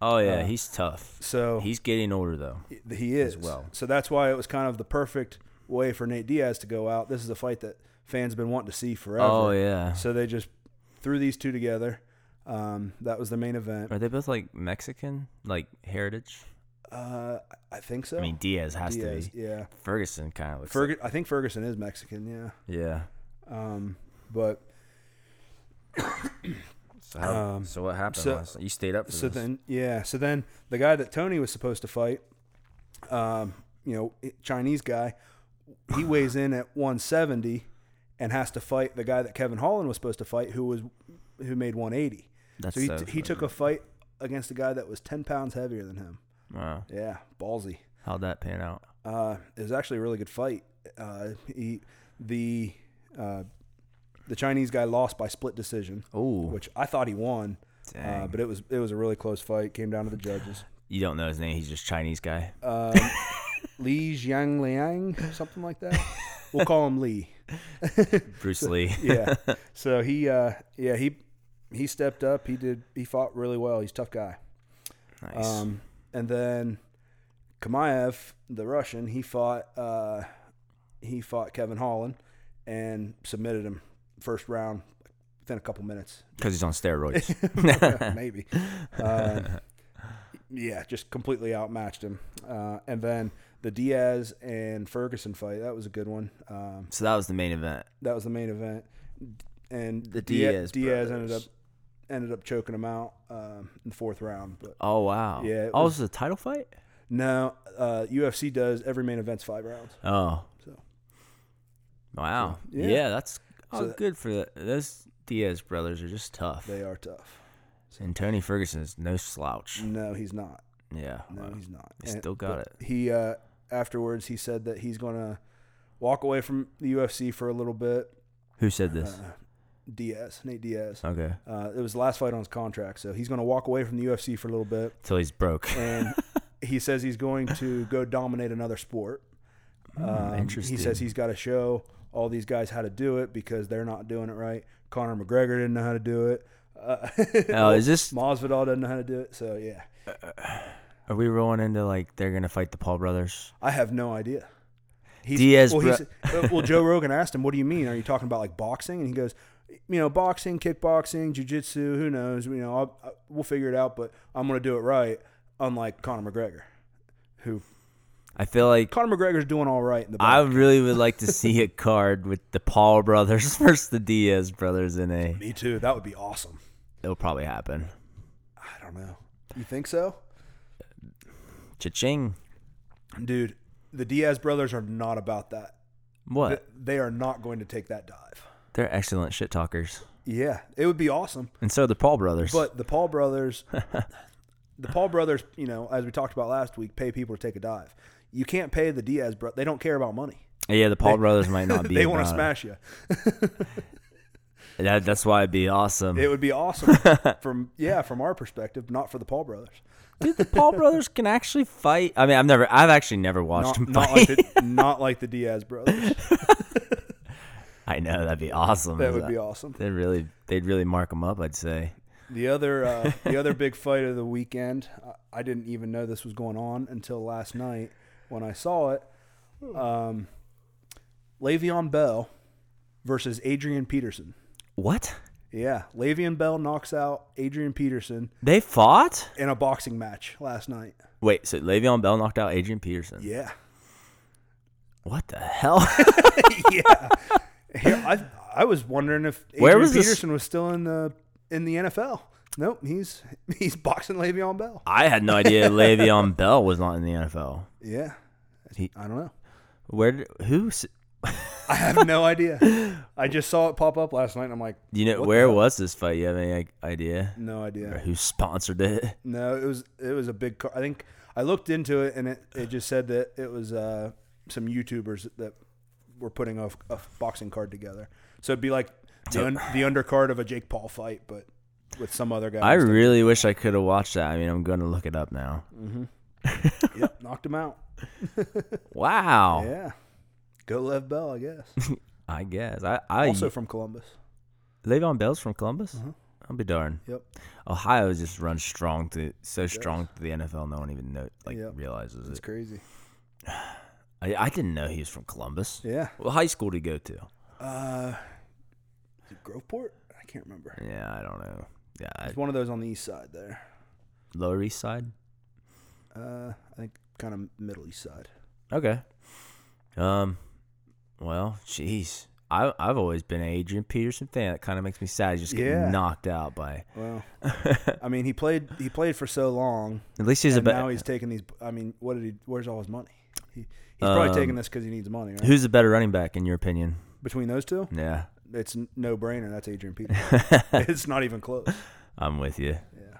oh yeah, he's tough.
uh, So
He's getting older though.
he is
well.
So that's why it was kind of the perfect way for Nate Diaz to go out. This is a fight that fans been wanting to see forever.
Oh yeah.
So they just threw these two together. Um, that was the main event.
Are they both like Mexican, like heritage?
Uh, I think so.
I mean, Diaz has
Diaz,
to be.
yeah.
Ferguson kind of looks.
Ferg- I think Ferguson is Mexican. Yeah.
like- yeah.
Um, but
So, how-
Um,
so what happened?
so-
last night? you stayed up for
so
this.
then, yeah. So then the guy that Tony was supposed to fight, um, you know, Chinese guy, he weighs in at 170 and has to fight the guy that Kevin Holland was supposed to fight, who was who made 180.
That's
so he,
so
he took a fight against a guy that was 10 pounds heavier than him.
Wow.
Yeah, ballsy.
How'd that pan out?
Uh, it was actually a really good fight. Uh, he, the uh, the Chinese guy lost by split decision,
Oh,
which I thought he won, uh,
Dang.
but it was it was a really close fight. Came down to the judges.
you don't know his name. He's just Chinese guy.
Um, Li Jiang Liang, something like that. We'll call him Lee.
Bruce Lee.
Yeah. So he, uh, yeah he he stepped up. He did. He fought really well. He's a tough guy.
nice.
Um, and then Kamaev, the Russian, he fought uh, he fought Kevin Holland and submitted him first round within a couple minutes,
Because he's on steroids.
maybe. Um, yeah, just completely outmatched him. Uh, and then the Diaz and Ferguson fight that was a good one. Um,
so that was the main event.
that was the main event, and
The
Dia-
Diaz
Diaz ended up
brothers.
ended up choking him out um, in the fourth round, but.
Oh wow.
Yeah, it
Oh,
was-
this is a title fight.
No, uh, UFC does every main event's five rounds.
Oh.
So.
Wow.
yeah.
yeah. that's oh,
that-
good for that. Those Diaz brothers are just tough.
They are tough.
and Tony Ferguson is no slouch.
No, he's not.
Yeah.
Mm. No,
wow.
he's not.
They still got
but He uh, afterwards he said that he's gonna walk away from the UFC for a little bit.
Who said this?
Uh, Diaz, Nate Diaz.
okay.
Uh, it was the last fight on his contract, so he's gonna walk away from the UFC for a little bit.
Till he's broke.
And he says he's going to go dominate another sport. Um, He
Hmm, interesting.
says he's got to show all these guys how to do it because they're not doing it right. Conor McGregor didn't know how to do it. Uh,
Oh, is this?
Masvidal doesn't know how to do it. So yeah,
Are we rolling into like they're gonna fight the Paul brothers?
I have no idea. He's,
Diaz
Well,
bro-
uh, well, Joe Rogan asked him, "What do you mean? Are you talking about like boxing?" And he goes, "You know, boxing, kickboxing, jujitsu. Who knows? You know, I'll, I, we'll figure it out. But I'm going to do it right, unlike Conor McGregor, who
I feel like
Conor McGregor's doing all right in the
I
back.
really would like to see a card with the Paul brothers versus the Diaz brothers in a.
Me too. That would be awesome.
It'll probably happen.
I don't know. You think so?
Cha-ching.
Dude, the Diaz brothers are not about that.
What?
They are not going to take that dive.
They're excellent shit talkers,
Yeah, it would be awesome.
and so are the Paul brothers.
But the Paul brothers, the Paul brothers, you know, as we talked about last week, pay people to take a dive. You can't pay the Diaz bro. They don't care about money.
Uh, yeah, the Paul brothers might not be.
they want
about
to
it.
smash you.
That, that's why it'd be awesome.
It would be awesome from yeah, from our perspective, not for the Paul brothers.
Dude, the Paul brothers can actually fight. I mean, I've never, I've actually never watched them
Not, not
fight.
like the, not like the Diaz brothers.
I know that'd be awesome.
That would be awesome.
They'd really, they'd really mark them up. I'd say.
The other uh, the other big fight of the weekend, I- I didn't even know this was going on until last night when I saw it.
Hmm.
Um, Le'Veon Bell versus Adrian Peterson.
What?
Yeah, Le'Veon Bell knocks out Adrian Peterson
They fought?
in a boxing match last night.
Wait, so Le'Veon Bell knocked out Adrian Peterson.
Yeah,
What the hell?
yeah. Here, I I was wondering if Adrian
Where was this-
Peterson was still in the in the NFL. Nope, he's he's boxing Le'Veon Bell.
I had no idea Le'Veon Bell was not in the NFL.
Yeah,
He-
I don't know.
Where? Did, who? s-
I have no idea. I just saw it pop up last night, and I'm like,
You know,
What
where was this fight? You have any like, idea?
no
Or
idea.
who sponsored it?
No, it was it was a big. Car- I think I looked into it, and it, it just said that it was uh, some YouTubers that were putting a, a boxing card together. So it'd be like the, un- the undercard of a Jake Paul fight, but with some other guy.
I
instead.
really wish I could have watched that. I mean, I'm going to look it up now.
Yep, knocked him out.
Wow.
Yeah, go Lev Bell, I guess.
I guess. I, I
Also from Columbus.
Le'Veon Bell's from Columbus. I'll be darned.
Yep.
Ohio just runs strong to so strong to the NFL. No one even know like
Yep.
realizes
It's
it.
crazy.
I, I didn't know he was from Columbus.
Yeah.
What high school did he go to?
Uh, is it Groveport? I can't remember.
Yeah, I don't know. Yeah, I,
It's one of those on the east side there.
Lower East Side.
Uh, I think kind of Middle East side.
Okay. Um. Well, jeez. I I've always been an Adrian Peterson fan. That kind of makes me sad. He's just getting
Yeah.
knocked out by.
Well, I mean, he played he played for so long,
At least he's
and
a
now
better.
he's taking these. I mean, what did he? Where's all his money? He, he's probably
Um,
taking this because he needs money. Right?
Who's a better running back in your opinion?
Between those two,
Yeah,
it's no brainer. That's Adrian Peterson. it's not even close.
I'm with you.
Yeah,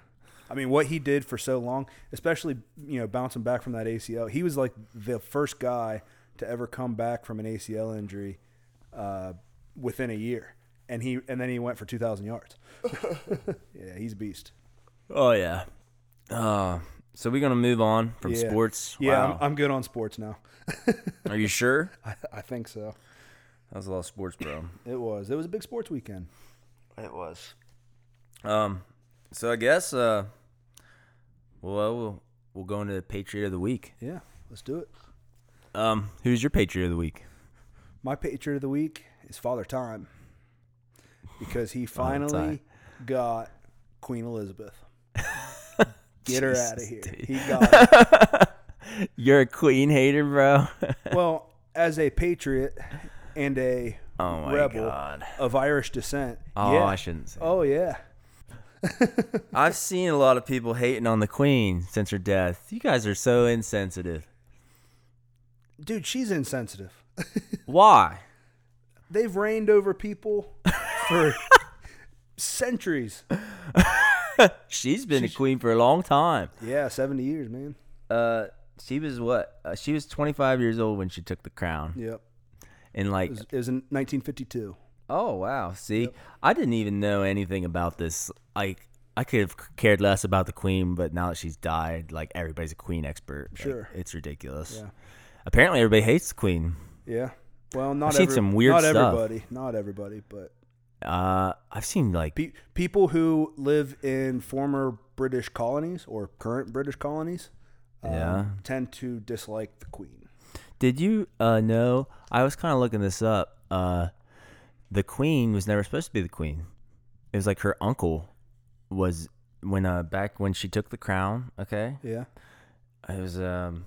I mean, what he did for so long, especially you know bouncing back from that ACL, he was like the first guy to ever come back from an ACL injury uh, within a year, and he and then he went for two thousand yards. yeah, he's a beast.
Oh yeah. Uh, so we're gonna move on from
Yeah.
sports.
Yeah,
Wow.
I'm, I'm good on sports now.
Are you sure?
I, I think so.
That was a lot of sports, bro.
It was. It was a big sports weekend.
it was. Um. So I guess uh. Well, we'll we'll go into Patriot of the Week.
Yeah, let's do it.
Um, who's your Patriot of the Week?
My patriot of the week is Father Time because he
Father Time.
finally got Queen Elizabeth. Get her out of
Jesus,
here.
dude.
He got her.
You're a Queen hater, bro.
well, as a patriot and a
Oh my
rebel
God.
of Irish descent.
oh,
yeah.
I shouldn't say.
Oh yeah.
I've seen a lot of people hating on the Queen since her death. You guys are so insensitive.
Dude, she's insensitive.
Why?
They've reigned over people for centuries.
She's been a queen for a long time.
Yeah, 70 years, man.
Uh, she was what? Uh, she was 25 years old when she took the crown.
Yep.
And like,
It was, it was in 1952.
oh wow. See, I didn't even know anything about this. Like, I could have cared less about the queen, but now that she's died, like everybody's a queen expert. Like,
Sure.
it's ridiculous.
Yeah.
Apparently, everybody hates the queen.
Yeah. Well, not
I've seen
every-
some weird
not
stuff.
everybody, not everybody, but
Uh, I've seen like
pe- people who live in former British colonies or current British colonies um,
Yeah.
tend to dislike the Queen.
Did you uh, know? I was kind of looking this up. Uh, the queen was never supposed to be the queen. It was like her uncle was when uh back when she took the crown. Okay,
Yeah.
it was um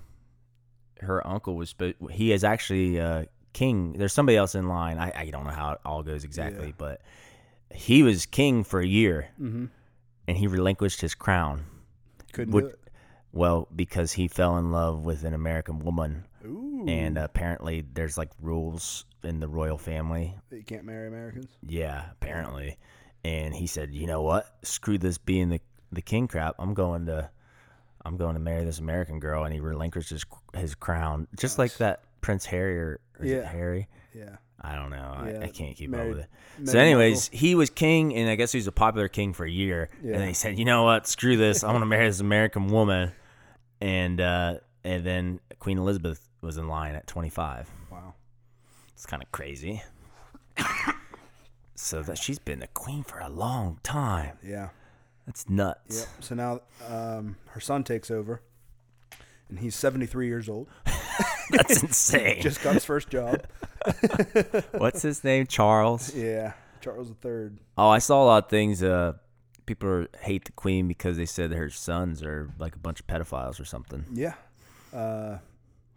her uncle was spo- he is actually uh, king. There's somebody else in line. I, I don't know how it all goes exactly,
Yeah.
but he was king for a year
Mm-hmm.
and he relinquished his crown.
Couldn't
Would-
do it.
Well, because he fell in love with an American woman,
Ooh.
and apparently there's like rules in the royal family.
That you can't marry Americans.
Yeah, apparently. And he said, "You know what? Screw this being the the king crap. I'm going to, I'm going to marry this American girl." And he relinquished his his crown, just like
Nice.
that Prince Harry or is it
Yeah.
Harry.
Yeah.
I don't know. I,
Yeah,
I can't keep
married-
up with it. So,
Meghan
anyways, he was king, and I guess he was a popular king for a year.
Yeah.
And then he said, "You know what? Screw this. I want to marry this American woman." And uh, and then Queen Elizabeth was in line at 25.
Markle. Wow.
It's kind of crazy. so that she's been the queen for a long time.
Yeah.
That's nuts.
Yep. So now um, her son takes over, and he's 73 years old.
That's insane.
Just got his first job.
What's his name? Charles.
Yeah. Charles III.
Oh, I saw a lot of things. Uh, people are- hate the queen because they said her sons are like a bunch of pedophiles or something.
Yeah. Uh,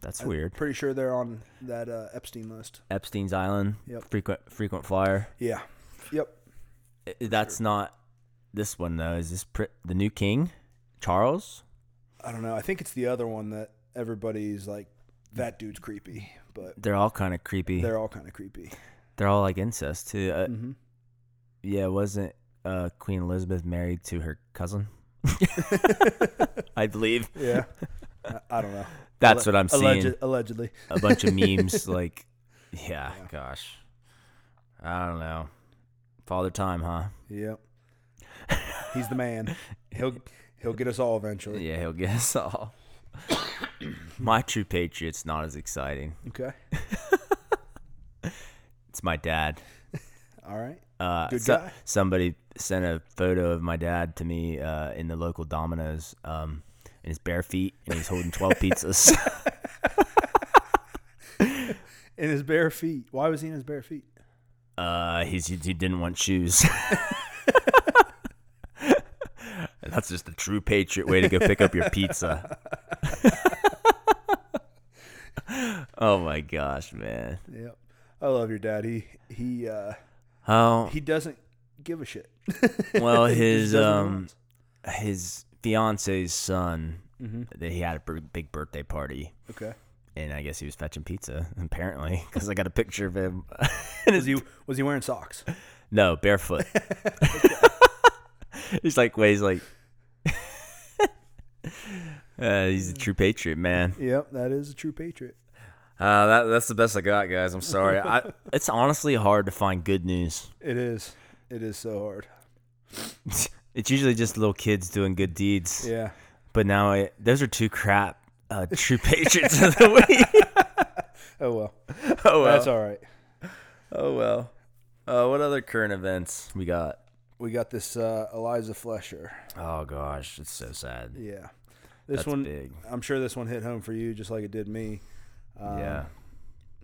That's weird.
pretty sure they're on that uh, Epstein list.
Epstein's Island,
Yep.
frequent frequent flyer.
Yeah. Yep.
I- That's not this one though. Is this pr- the new king, Charles?
I don't know. I think it's the other one that everybody's like, that dude's creepy, but
They're all kind of creepy. They're,
they're all kind of creepy.
all like incest too. Uh,
hmm
Yeah, wasn't uh, Queen Elizabeth married to her cousin? I believe
Yeah. I, I don't know.
that's
Alle-
what I'm
alleged-
seeing.
Allegedly.
A bunch of memes, like, yeah, gosh, I don't know. Father time, huh?
Yep. He's the man. He'll he'll get us all eventually.
Yeah, he'll get us all. my true patriot's not as exciting.
Okay.
It's my dad.
All right.
Uh,
Good
so-
guy.
Somebody sent a photo of my dad to me uh, in the local Domino's, um, in his bare feet, and he's holding twelve pizzas.
In his bare feet. Why was he in his bare feet?
Uh, he's, he didn't want shoes. and that's just the true patriot way to go pick up your pizza. oh my gosh, man.
Yep. I love your dad. He he uh
Oh,
he doesn't give a shit.
well,
He just
his
does what he
um,
wants.
his fiance's son, that he had a bir- big birthday party,
Okay.
and I guess he was fetching pizza apparently because I got a picture of him. in his-
Was he was he wearing socks?
No, barefoot. he's like ways like uh, he's a true patriot, man.
Yep, that is a true patriot.
Uh, that, that's the best I got, guys. I'm sorry. I, it's honestly hard to find good news.
It is. It is so hard.
It's usually just little kids doing good deeds.
Yeah.
But now I, those are two crap uh, true patriots of the week.
Oh well.
oh well.
That's all right.
Oh well. Uh, what other current events we got?
We got this uh Eliza Flesher.
Oh gosh, it's so sad.
Yeah. This
That's
one
big.
I'm sure this one hit home for you just like it did me. Um,
yeah.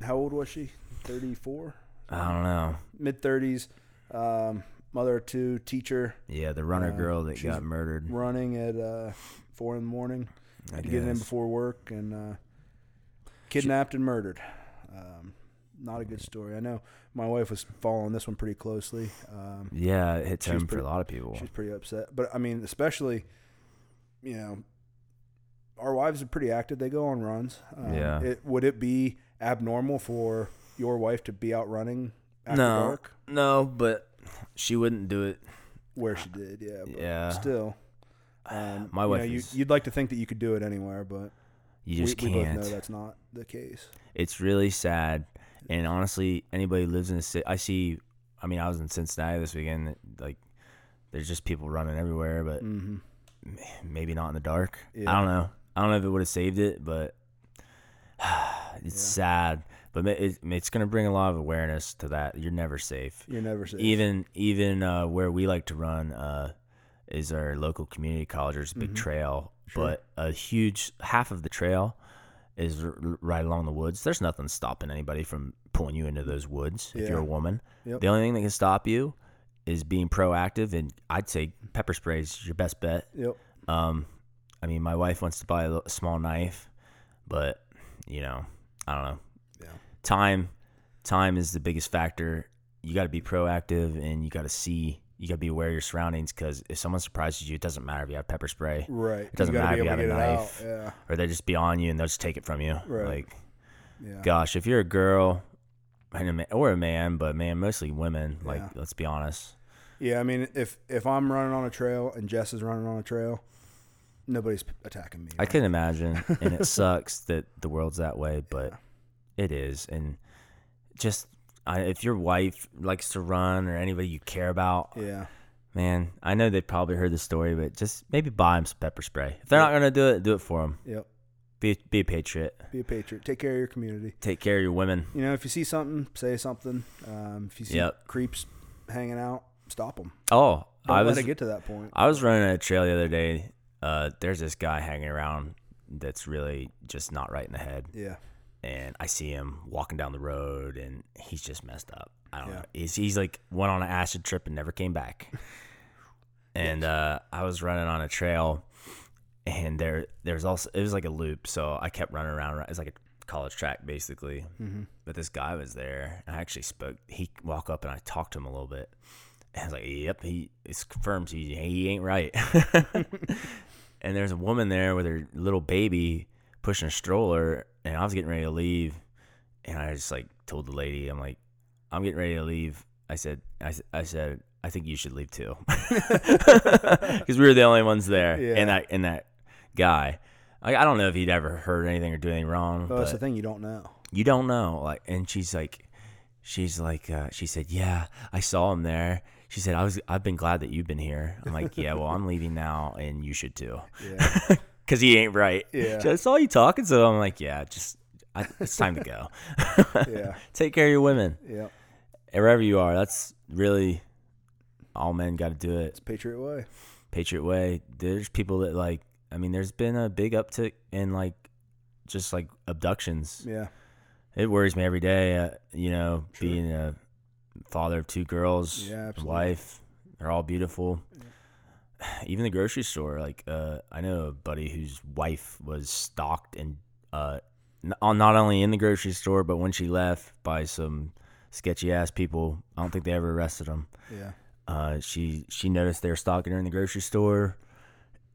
How old was she? 34?
I don't know.
Mid 30s. Um, mother of two, teacher,
Yeah, the runner
uh,
girl that
she's
got murdered.
running at uh, 4 in the morning
I
to get in
guess.
before work and uh, kidnapped and murdered. Um, not a good story. I know my wife was following this one pretty closely. Um,
Yeah, it hits
She's
home for
pretty-
a lot of people.
She's pretty upset. But I mean, especially, you know, our wives are pretty active. They go on runs. Um,
Yeah.
It, would it be abnormal for your wife to be out running after
No.
dark?
No, but she wouldn't do it.
Where she did, yeah. But
Yeah.
Still. Um,
My
you
wife
Know, you,
is-
you'd like to think that you could do it anywhere, but
You just
we, we both
can't.
know that's not the case.
It's really sad. And honestly, anybody who lives in a city, I see. I mean, I was in Cincinnati this weekend. Like, there's just people running everywhere, but
Mm-hmm.
maybe not in the dark.
Yeah.
I don't know. I don't know if it would have saved it, but it's sad. But ma- it, it's going to bring a lot of awareness to that. You're never safe.
You're never safe.
Even even uh, where we like to run uh, is our local community college. There's a
Mm-hmm.
big trail, but a huge half of the trail is r- r- right along the woods. There's nothing stopping anybody from pulling you into those woods if
Yeah.
you're a woman.
Yep.
The only thing that can stop you is being proactive, and I'd say pepper spray is your best bet.
Yep.
Um, I mean, my wife wants to buy a, little- small knife, but you know, I don't know.
Yeah.
Time, time is the biggest factor. You got to be proactive, and you got to see. You got to be aware of your surroundings because if someone surprises you, it doesn't matter if you have pepper spray
Right.
doesn't
you gotta
matter
be
if
able to
you
get
have a
it out.
or they just be on you and they'll just take it from you.
Right.
Like,
Yeah. Yeah.
gosh, if you're a girl and a ma- or a man, but man, mostly women. Like,
Yeah.
let's be honest.
Yeah. I mean, if if I'm running on a trail and Jess is running on a trail, nobody's attacking me.
I couldn't imagine, and it sucks that the world's that way, but it is. And just I, if your wife likes to run or anybody you care about,
Yeah.
man, I know they probably heard the story, but just maybe buy them some pepper spray. If they're not gonna do it, do it for them.
Yep.
Be be a patriot.
Be a patriot. Take care of your community.
Take care of your women.
You know, if you see something, say something. Um, if you see
Yep.
creeps hanging out, stop them.
Oh,
Don't
I
let
was
it get to that point.
I was running a trail the other day. Uh, there's this guy hanging around that's really just not right in the head,
Yeah.
and I see him walking down the road, and he's just messed up. I don't
Yeah.
know. He's, he's like went on an acid trip and never came back. and uh, I was running on a trail, and there there's also it was like a loop, so I kept running around. It's like a college track basically, but this guy was there. And I actually spoke. He walked up and I talked to him a little bit. And I was like, "Yep, he it's confirmed he he ain't right." and there's a woman there with her little baby pushing a stroller, and I was getting ready to leave, and I just like told the lady, "I'm like, I'm getting ready to leave." I said, "I, s- I said I think you should leave too," because we were the only ones there,
Yeah.
and that and that guy. Like, I don't know if he'd ever heard anything or do anything wrong.
Well, that's
but-
the thing you don't know.
you don't know like and she's like she's like uh, she said yeah i saw him there she said i was i've been glad that you've been here i'm like yeah well i'm leaving now and you should too
Yeah.
because he ain't right
Yeah.
so i saw you talking so i'm like yeah just I, it's time to go
yeah.
take care of your women
Yeah.
wherever you are that's really all men got to do it
It's Patriot Way.
Patriot Way, there's people that like I mean, there's been a big uptick in like just like abductions.
Yeah.
It worries me every day, uh, you know,
Sure.
being a father of two girls,
Yeah, absolutely.
wife, they're all beautiful. Even the grocery store, like uh I know a buddy whose wife was stalked and uh n- on- not only in the grocery store but when she left by some sketchy ass people. I don't think they ever arrested them
Yeah.
uh, she she noticed they were stalking her in the grocery store,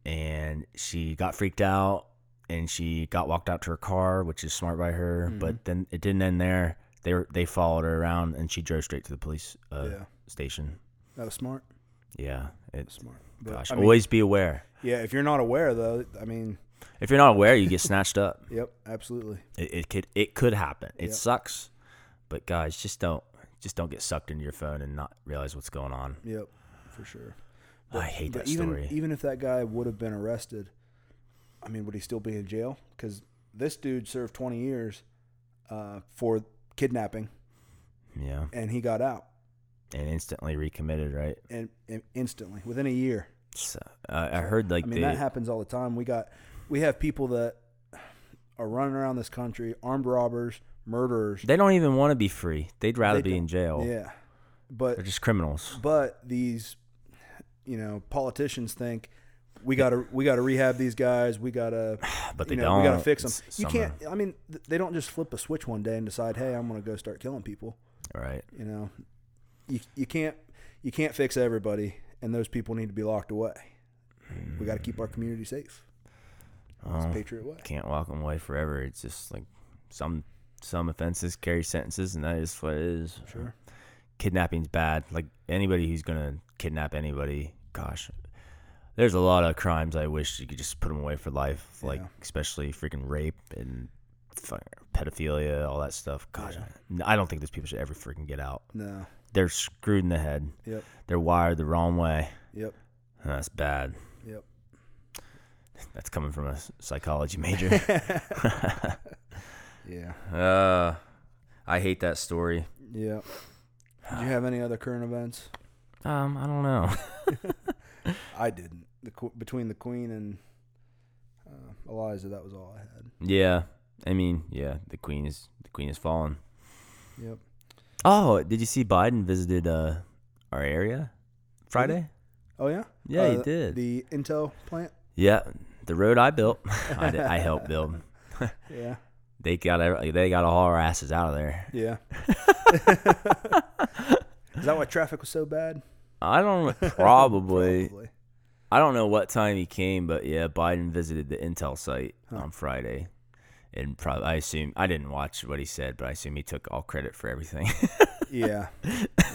and she got freaked out, and she got walked out to her car, which is smart by her.
Mm-hmm.
But then it didn't end there. They were, they followed her around, and she drove straight to the police uh,
Yeah.
station.
That was smart.
Yeah, it's
Smart. But,
gosh.
I mean,
always be aware.
yeah. If you're not aware, though, I mean,
If you're not aware, you get snatched up.
yep, absolutely.
It, it could it could happen. It
Yep.
sucks, but guys, just don't just don't get sucked into your phone and not realize what's going on.
Yep. For sure.
I hate
But
that
even e
story.
even if that guy would have been arrested, I mean, would he still be in jail? Because this dude served 20 years uh, for kidnapping,
yeah,
and he got out
and instantly recommitted, right?
and, and instantly within a year.
So, uh, I heard like
I mean,
the,
that happens all the time. We got we have people that are running around this country, armed robbers, murderers.
they don't even want to be free. They'd rather
They
be in jail.
Yeah, but
They're just criminals.
but these you know politicians think we gotta we gotta rehab these guys we gotta
But
you
they
know we gotta
don't.
fix them
It's
you
summer.
can't i mean th- they don't just flip a switch one day and decide hey i'm gonna go start killing people
Right.
you know you, you can't you can't fix everybody and those people need to be locked away we gotta keep
Mm.
our community safe it's
Oh,
patriot way
can't walk 'em away forever. It's just like some some offenses carry sentences, and that is what it is.
Sure.
Kidnapping's bad. Like anybody who's gonna kidnap anybody, gosh, there's a lot of crimes I wish you could just put them away for life. Like
Yeah.
especially freaking rape and fuck- pedophilia, all that stuff. Gosh, I I don't think those people should ever freaking get out.
no
they're screwed in the head.
Yep.
They're wired the wrong way.
yep
And That's bad.
yep
That's coming from a s- psychology major.
yeah
uh, I hate that story.
yeah do you have any other current events
Um, I don't know.
i didn't the qu- between the queen and uh, eliza that was all i had
yeah, I mean, yeah, the queen is the queen is fallen.
Yep.
Oh, did you see Biden visited uh our area Friday?
Oh yeah.
Yeah,
Uh,
he did.
The Intel plant.
yeah, the road I built, I, did, I helped build.
Yeah.
They got every- they got to haul our asses out of there.
Yeah. Is that why traffic was so bad?
I don't probably.
Probably.
I don't know what time he came, but yeah, Biden visited the Intel site on Friday, and probably I assume I didn't watch what he said, but I assume he took all credit for everything.
Yeah.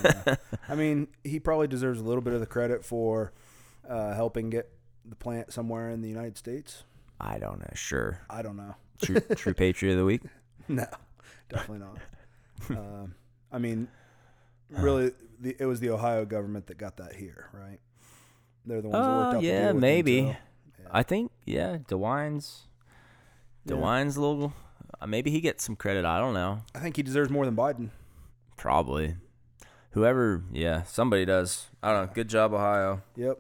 Yeah. I mean, he probably deserves a little bit of the credit for uh, helping get the plant somewhere in the United States.
I don't know. Sure,
I don't know.
true, true patriot of the week.
No, definitely not. um, I mean, really, the, it was the Ohio government that got that here, right? They're the ones that worked
Uh,
out. the
yeah,
deal with
maybe.
Intel.
I think yeah, DeWine's
Yeah.
DeWine's little. Uh, maybe he gets some credit. I don't know.
I think he deserves more than Biden.
Probably. Whoever, yeah, somebody does. I don't know. Good job, Ohio.
Yep.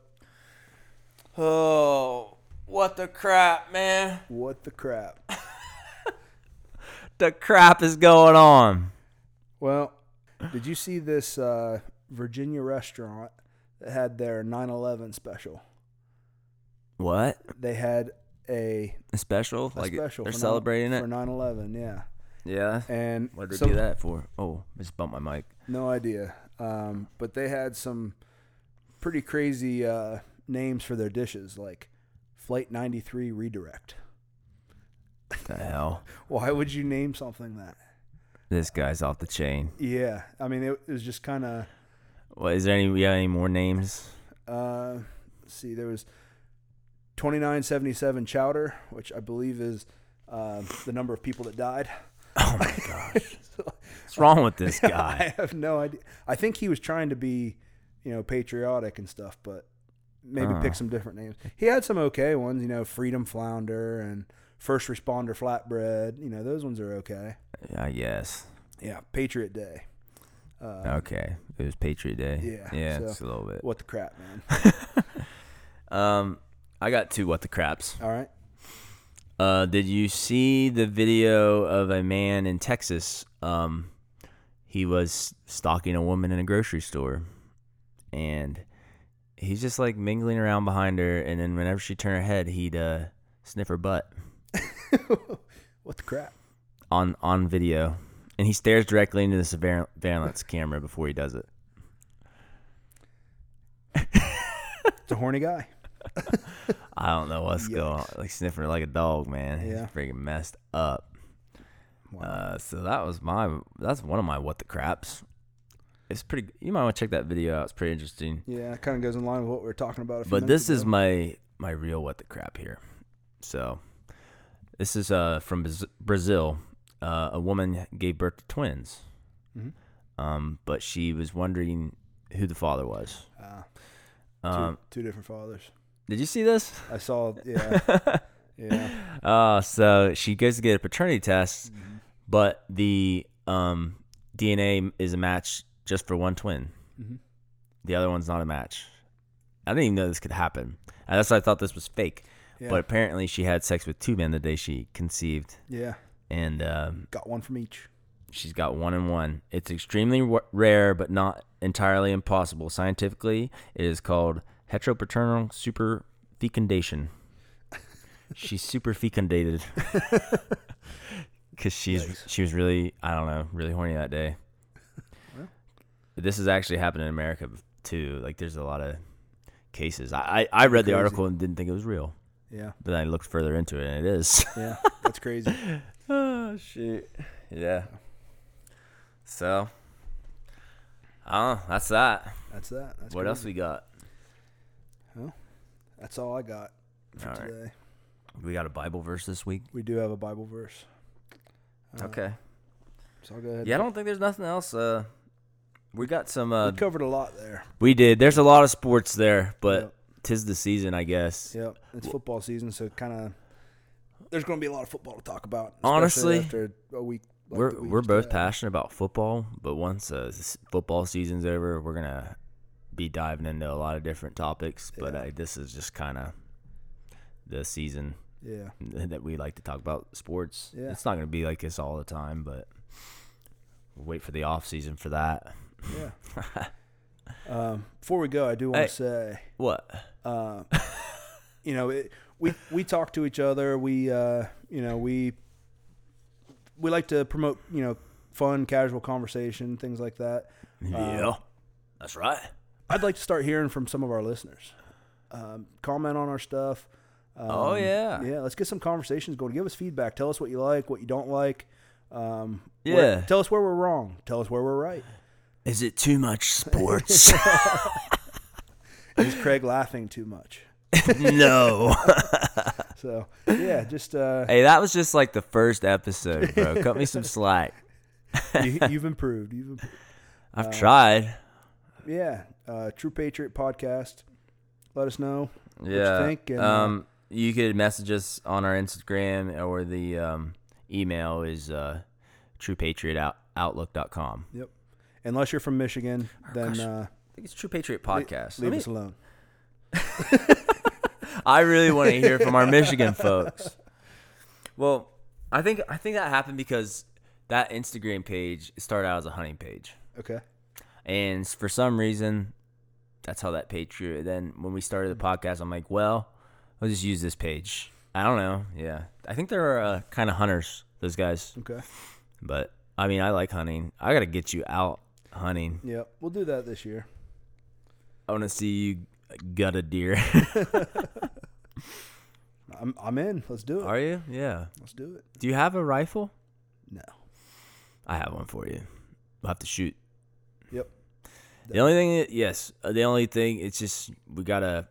Oh, what the crap, man.
What the crap?
The crap is going on.
Well, did you see this uh, Virginia restaurant that had their 9/11 special?
What?
They had a,
A special?
a
like
special.
they're
for nine-
celebrating
for
it?
9/11. Yeah,
Yeah.
and
What did
some-
they do that for? Oh, just bumped my mic.
No idea. Um, but they had some pretty crazy uh, names for their dishes, like Flight 93 Redirect.
The hell.
Why would you name something that?
This guy's off the chain.
Yeah, I mean it, it was just kind of.
What is there any yeah, any more names?
Uh, let's see, there was 2977 Chowder, which I believe is uh, the number of people that died.
Oh my gosh. What's wrong with this guy?
I have no idea. I think he was trying to be, you know, patriotic and stuff, but maybe
Uh.
pick some different names. He had some okay ones, you know, Freedom Flounder and First Responder Flatbread. You know, those ones are okay.
I guess.
Yeah, Patriot Day. Uh,
Okay. It was Patriot Day.
Yeah,
Yeah,
so-
it's a little bit.
What the crap, man?
Um I got two what the craps.
All right.
Uh, did you see the video of a man in Texas? Um, he was stalking a woman in a grocery store, and he's just like mingling around behind her. And then whenever she turned her head, he'd uh, sniff her butt
What the crap?
on on video. And he stares directly into the surveillance camera before he does it.
It's a horny guy.
I don't know what's going on. Like sniffing her like a dog, man.
Yeah.
He's freaking messed up.
Wow.
Uh, so that was my that's one of my what the craps. It's pretty. You might want to check that video out. It's pretty interesting.
Yeah, it kind of goes in line with what we were talking about. A few
But
minutes
this is
ago.
my my real what the crap here. So this is uh from Braz- Brazil. Uh, a woman gave birth to twins,
Mhm.
um, but she was wondering who the father was.
Ah, two,
Um,
two different fathers.
did you see this?
I saw. Yeah, yeah.
Uh, so she goes to get a paternity test, but the um, DNA is a match just for one twin.
Mhm.
The other one's not a match. I didn't even know this could happen. And that's why I thought this was fake.
Yeah.
But apparently, she had sex with two men the day she conceived,
Yeah,
and um,
got one from each.
she's got one and one. It's extremely wa- rare, but not entirely impossible. Scientifically, it is called heteropaternal superfecundation. She's superfecundated because she's she was really I don't know really horny that day. This has actually happened in America too. Like, there's a lot of cases. I I, I read the
Crazy.
article and didn't think it was real,
Yeah,
but I looked further into it and it is.
yeah. That's crazy.
Oh shit. Yeah. So I don't know. That's that.
That's that. That's
what
crazy.
else we got?
That's all I got for
All right.
today.
We got a Bible verse this week.
We do have a Bible verse, Uh,
okay.
so I'll go ahead.
Yeah, I don't think there's nothing else. Uh we got some uh
we covered a lot there.
we did. There's a lot of sports there, but
Yep.
tis the season, I guess.
Yep. It's football season, so kind of there's going to be a lot of football to talk about. especially
Honestly,
after a week, like
We're
the week
we're
just
both
had.
passionate about football, but once uh, s- football season's over, we're going to be diving into a lot of different topics, but
Yeah.
uh, this is just kind of the season.
Yeah,
that we like to talk about sports.
Yeah.
It's not going to be like this all the time, but we'll wait for the off season for that.
yeah. um, before we go, I do want
Hey.
to say.
What?
uh, you know, it, we we talk to each other. We uh, you know we we like to promote, you know, fun, casual conversation, things like that.
yeah, that's right.
I'd like to start hearing from some of our listeners. Um, comment on our stuff. Um,
Oh, yeah.
yeah. Let's get some conversations going. Give us feedback. Tell us what you like, what you don't like. Um,
Yeah.
where- tell us where we're wrong. Tell us where we're right.
Is it too much sports?
Is Craig laughing too much?
no.
So yeah, just uh,
hey, that was just like the first episode, bro. Cut me some slack.
Uh, you, you've improved. You've improved.
I've tried.
yeah. Uh, True Patriot podcast. Let us know.
Yeah.
you think, and, uh,
um, you could message us on our Instagram or the um, email is uh, truepatriotoutlook.com.
Yep. Unless you're from Michigan, then uh,
I think it's True Patriot Podcast.
leave
Let me-
us alone.
I really want to hear from our Michigan folks. Well, I think I think that happened because that Instagram page started out as a hunting page,
Okay.
and s- for some reason, that's how that page grew. Then when we started the podcast, I'm like, well, I'll just use this page. I don't know. Yeah, I think they're uh, kind of hunters, those guys.
Okay.
But I mean, I like hunting. I gotta get you out hunting.
Yeah, we'll do that this year.
I want to see you gut a deer.
I'm I'm in. Let's do it.
Are you? Yeah.
Let's do it.
Do you have a rifle?
No.
I have one for you. I'll have to shoot.
Yep.
The only thing, that- yes, uh, the only thing, it's just we gotta,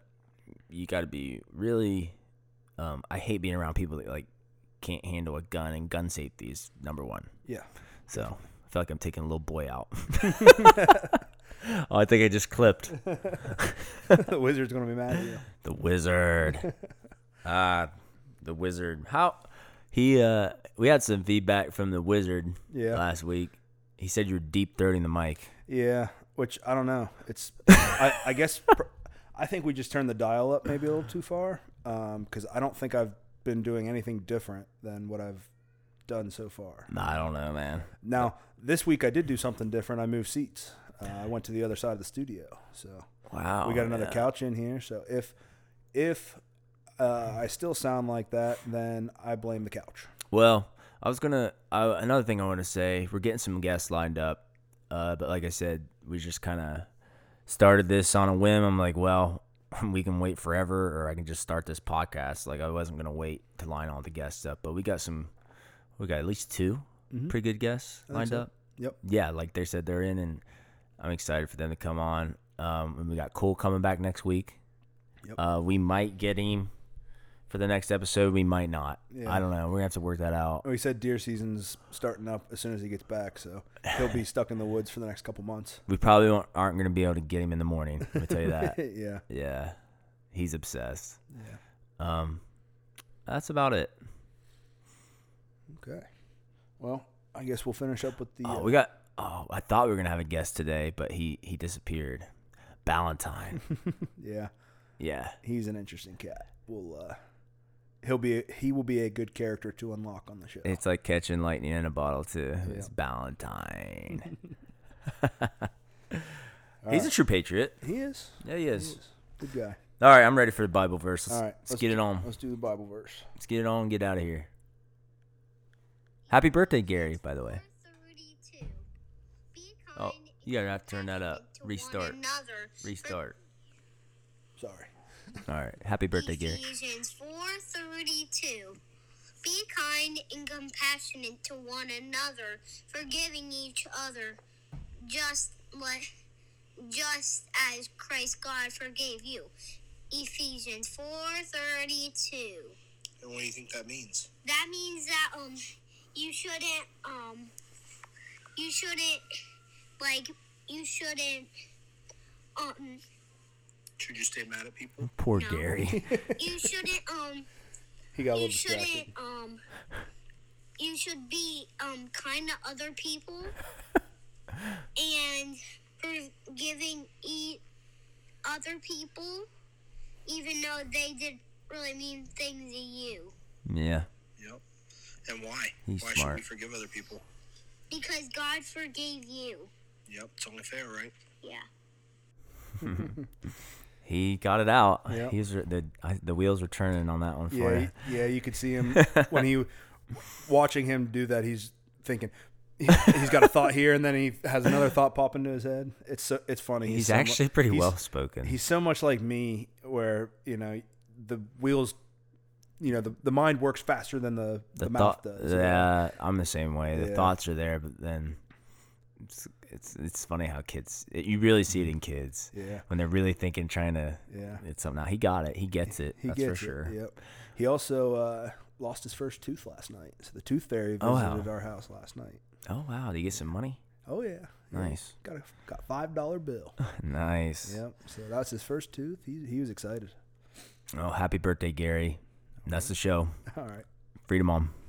you gotta be really. Um, I hate being around people that like can't handle a gun, and gun safety is number one.
Yeah.
So I feel like I'm taking a little boy out. oh, I think I just clipped
the wizard's gonna be mad at you.
the wizard. Ah, the wizard. How he? uh We had some feedback from the wizard
Yeah.
last week. He said you're deep throating the mic.
Yeah. Which I don't know. It's I, I guess pr- I think we just turned the dial up maybe a little too far. Um, because I don't think I've been doing anything different than what I've done so far.
I don't know, man.
Now this week I did do something different. I moved seats. Uh, I went to the other side of the studio. So
Wow.
we got another
Oh, yeah.
couch in here. So if if uh, I still sound like that, then I blame the couch.
Well, I was gonna. Uh, another thing I want to say, we're getting some guests lined up, uh, but like I said, we just kind of started this on a whim. I'm like, well, we can wait forever, or I can just start this podcast. Like I wasn't gonna wait to line all the guests up, but we got some. We got at least 2 pretty good guests lined
Mm-hmm. so.
up.
Yep.
Yeah, like they said, they're in, and I'm excited for them to come on. Um, and we got Cole coming back next week.
Yep.
Uh, we might get him for the next episode. We might not.
Yeah.
I don't know. We're gonna have to work that out.
We said deer season's starting up as soon as he gets back, so he'll be stuck in the woods for the next couple months.
We probably won't, aren't going to be able to get him in the morning. Let me tell you that.
yeah.
yeah, he's obsessed.
Yeah.
Um, that's about it.
Okay. Well, I guess we'll finish up with the. uh,
Oh, we got. Oh, I thought we were going to have a guest today, but he he disappeared. Valentine.
yeah,
yeah.
he's an interesting cat. We'll. Uh, he'll be. He will be a good character to unlock on the show.
It's like catching lightning in a bottle too. It's Valentine. He's a true patriot.
he is.
Yeah, he is.
Good guy.
All right, I'm ready for the Bible verse. Let's,
All right,
let's get it on.
Let's do the Bible verse.
Let's get it on and get out of here. Happy birthday, Gary, by the way.
Oh, you gotta have to turn that up. Restart.
Restart.
Sorry.
All right. Happy birthday, Gary.
Ephesians 4:32. Be kind and compassionate to one another, forgiving each other, just like just as Christ God forgave you. Ephesians 4:32.
And what do you think that means?
That means that um you shouldn't um you shouldn't like you shouldn't um
Should you stay mad at people?
Poor
No.
Gary.
you shouldn't um
He got a little
you
distracted.
shouldn't um you should be um kind to other people and forgiving e- other people even though they did really mean things to you
yeah.
Yep. And why?
He's
why should
smart.
we forgive other people?
because God forgave you.
Yep. It's only fair, right?
Yeah.
He got it out.
Yeah.
He's the I, the wheels were turning on that one for you.
Yeah, y- yeah, you could see him when he watching him do that. He's thinking. He, he's got a thought here, and then he has another thought pop into his head. It's so, it's funny.
He's
so mu-
actually pretty
he's-
well spoken.
He's so much like me, where you know the wheels, you know the, the mind works faster than the, the, mouth
thought-
does.
Yeah, I'm the same way. The
Yeah.
thoughts are there, but then it's it's, it's funny how kids it, you really see it in kids.
Yeah.
When they're really thinking, trying to
Yeah.
it's something out. He got it. He gets it.
He
that's
gets
for
it,
sure.
Yep. He also uh, lost his first tooth last night. So the tooth fairy visited
Oh, wow.
our house last night.
Oh wow, did he get some money?
Oh yeah. Yeah.
Nice.
Got a got five dollar bill.
Nice.
yep. So that's his first tooth. He he was excited.
Oh, happy birthday, Gary. That's the show.
All right.
Freedom on.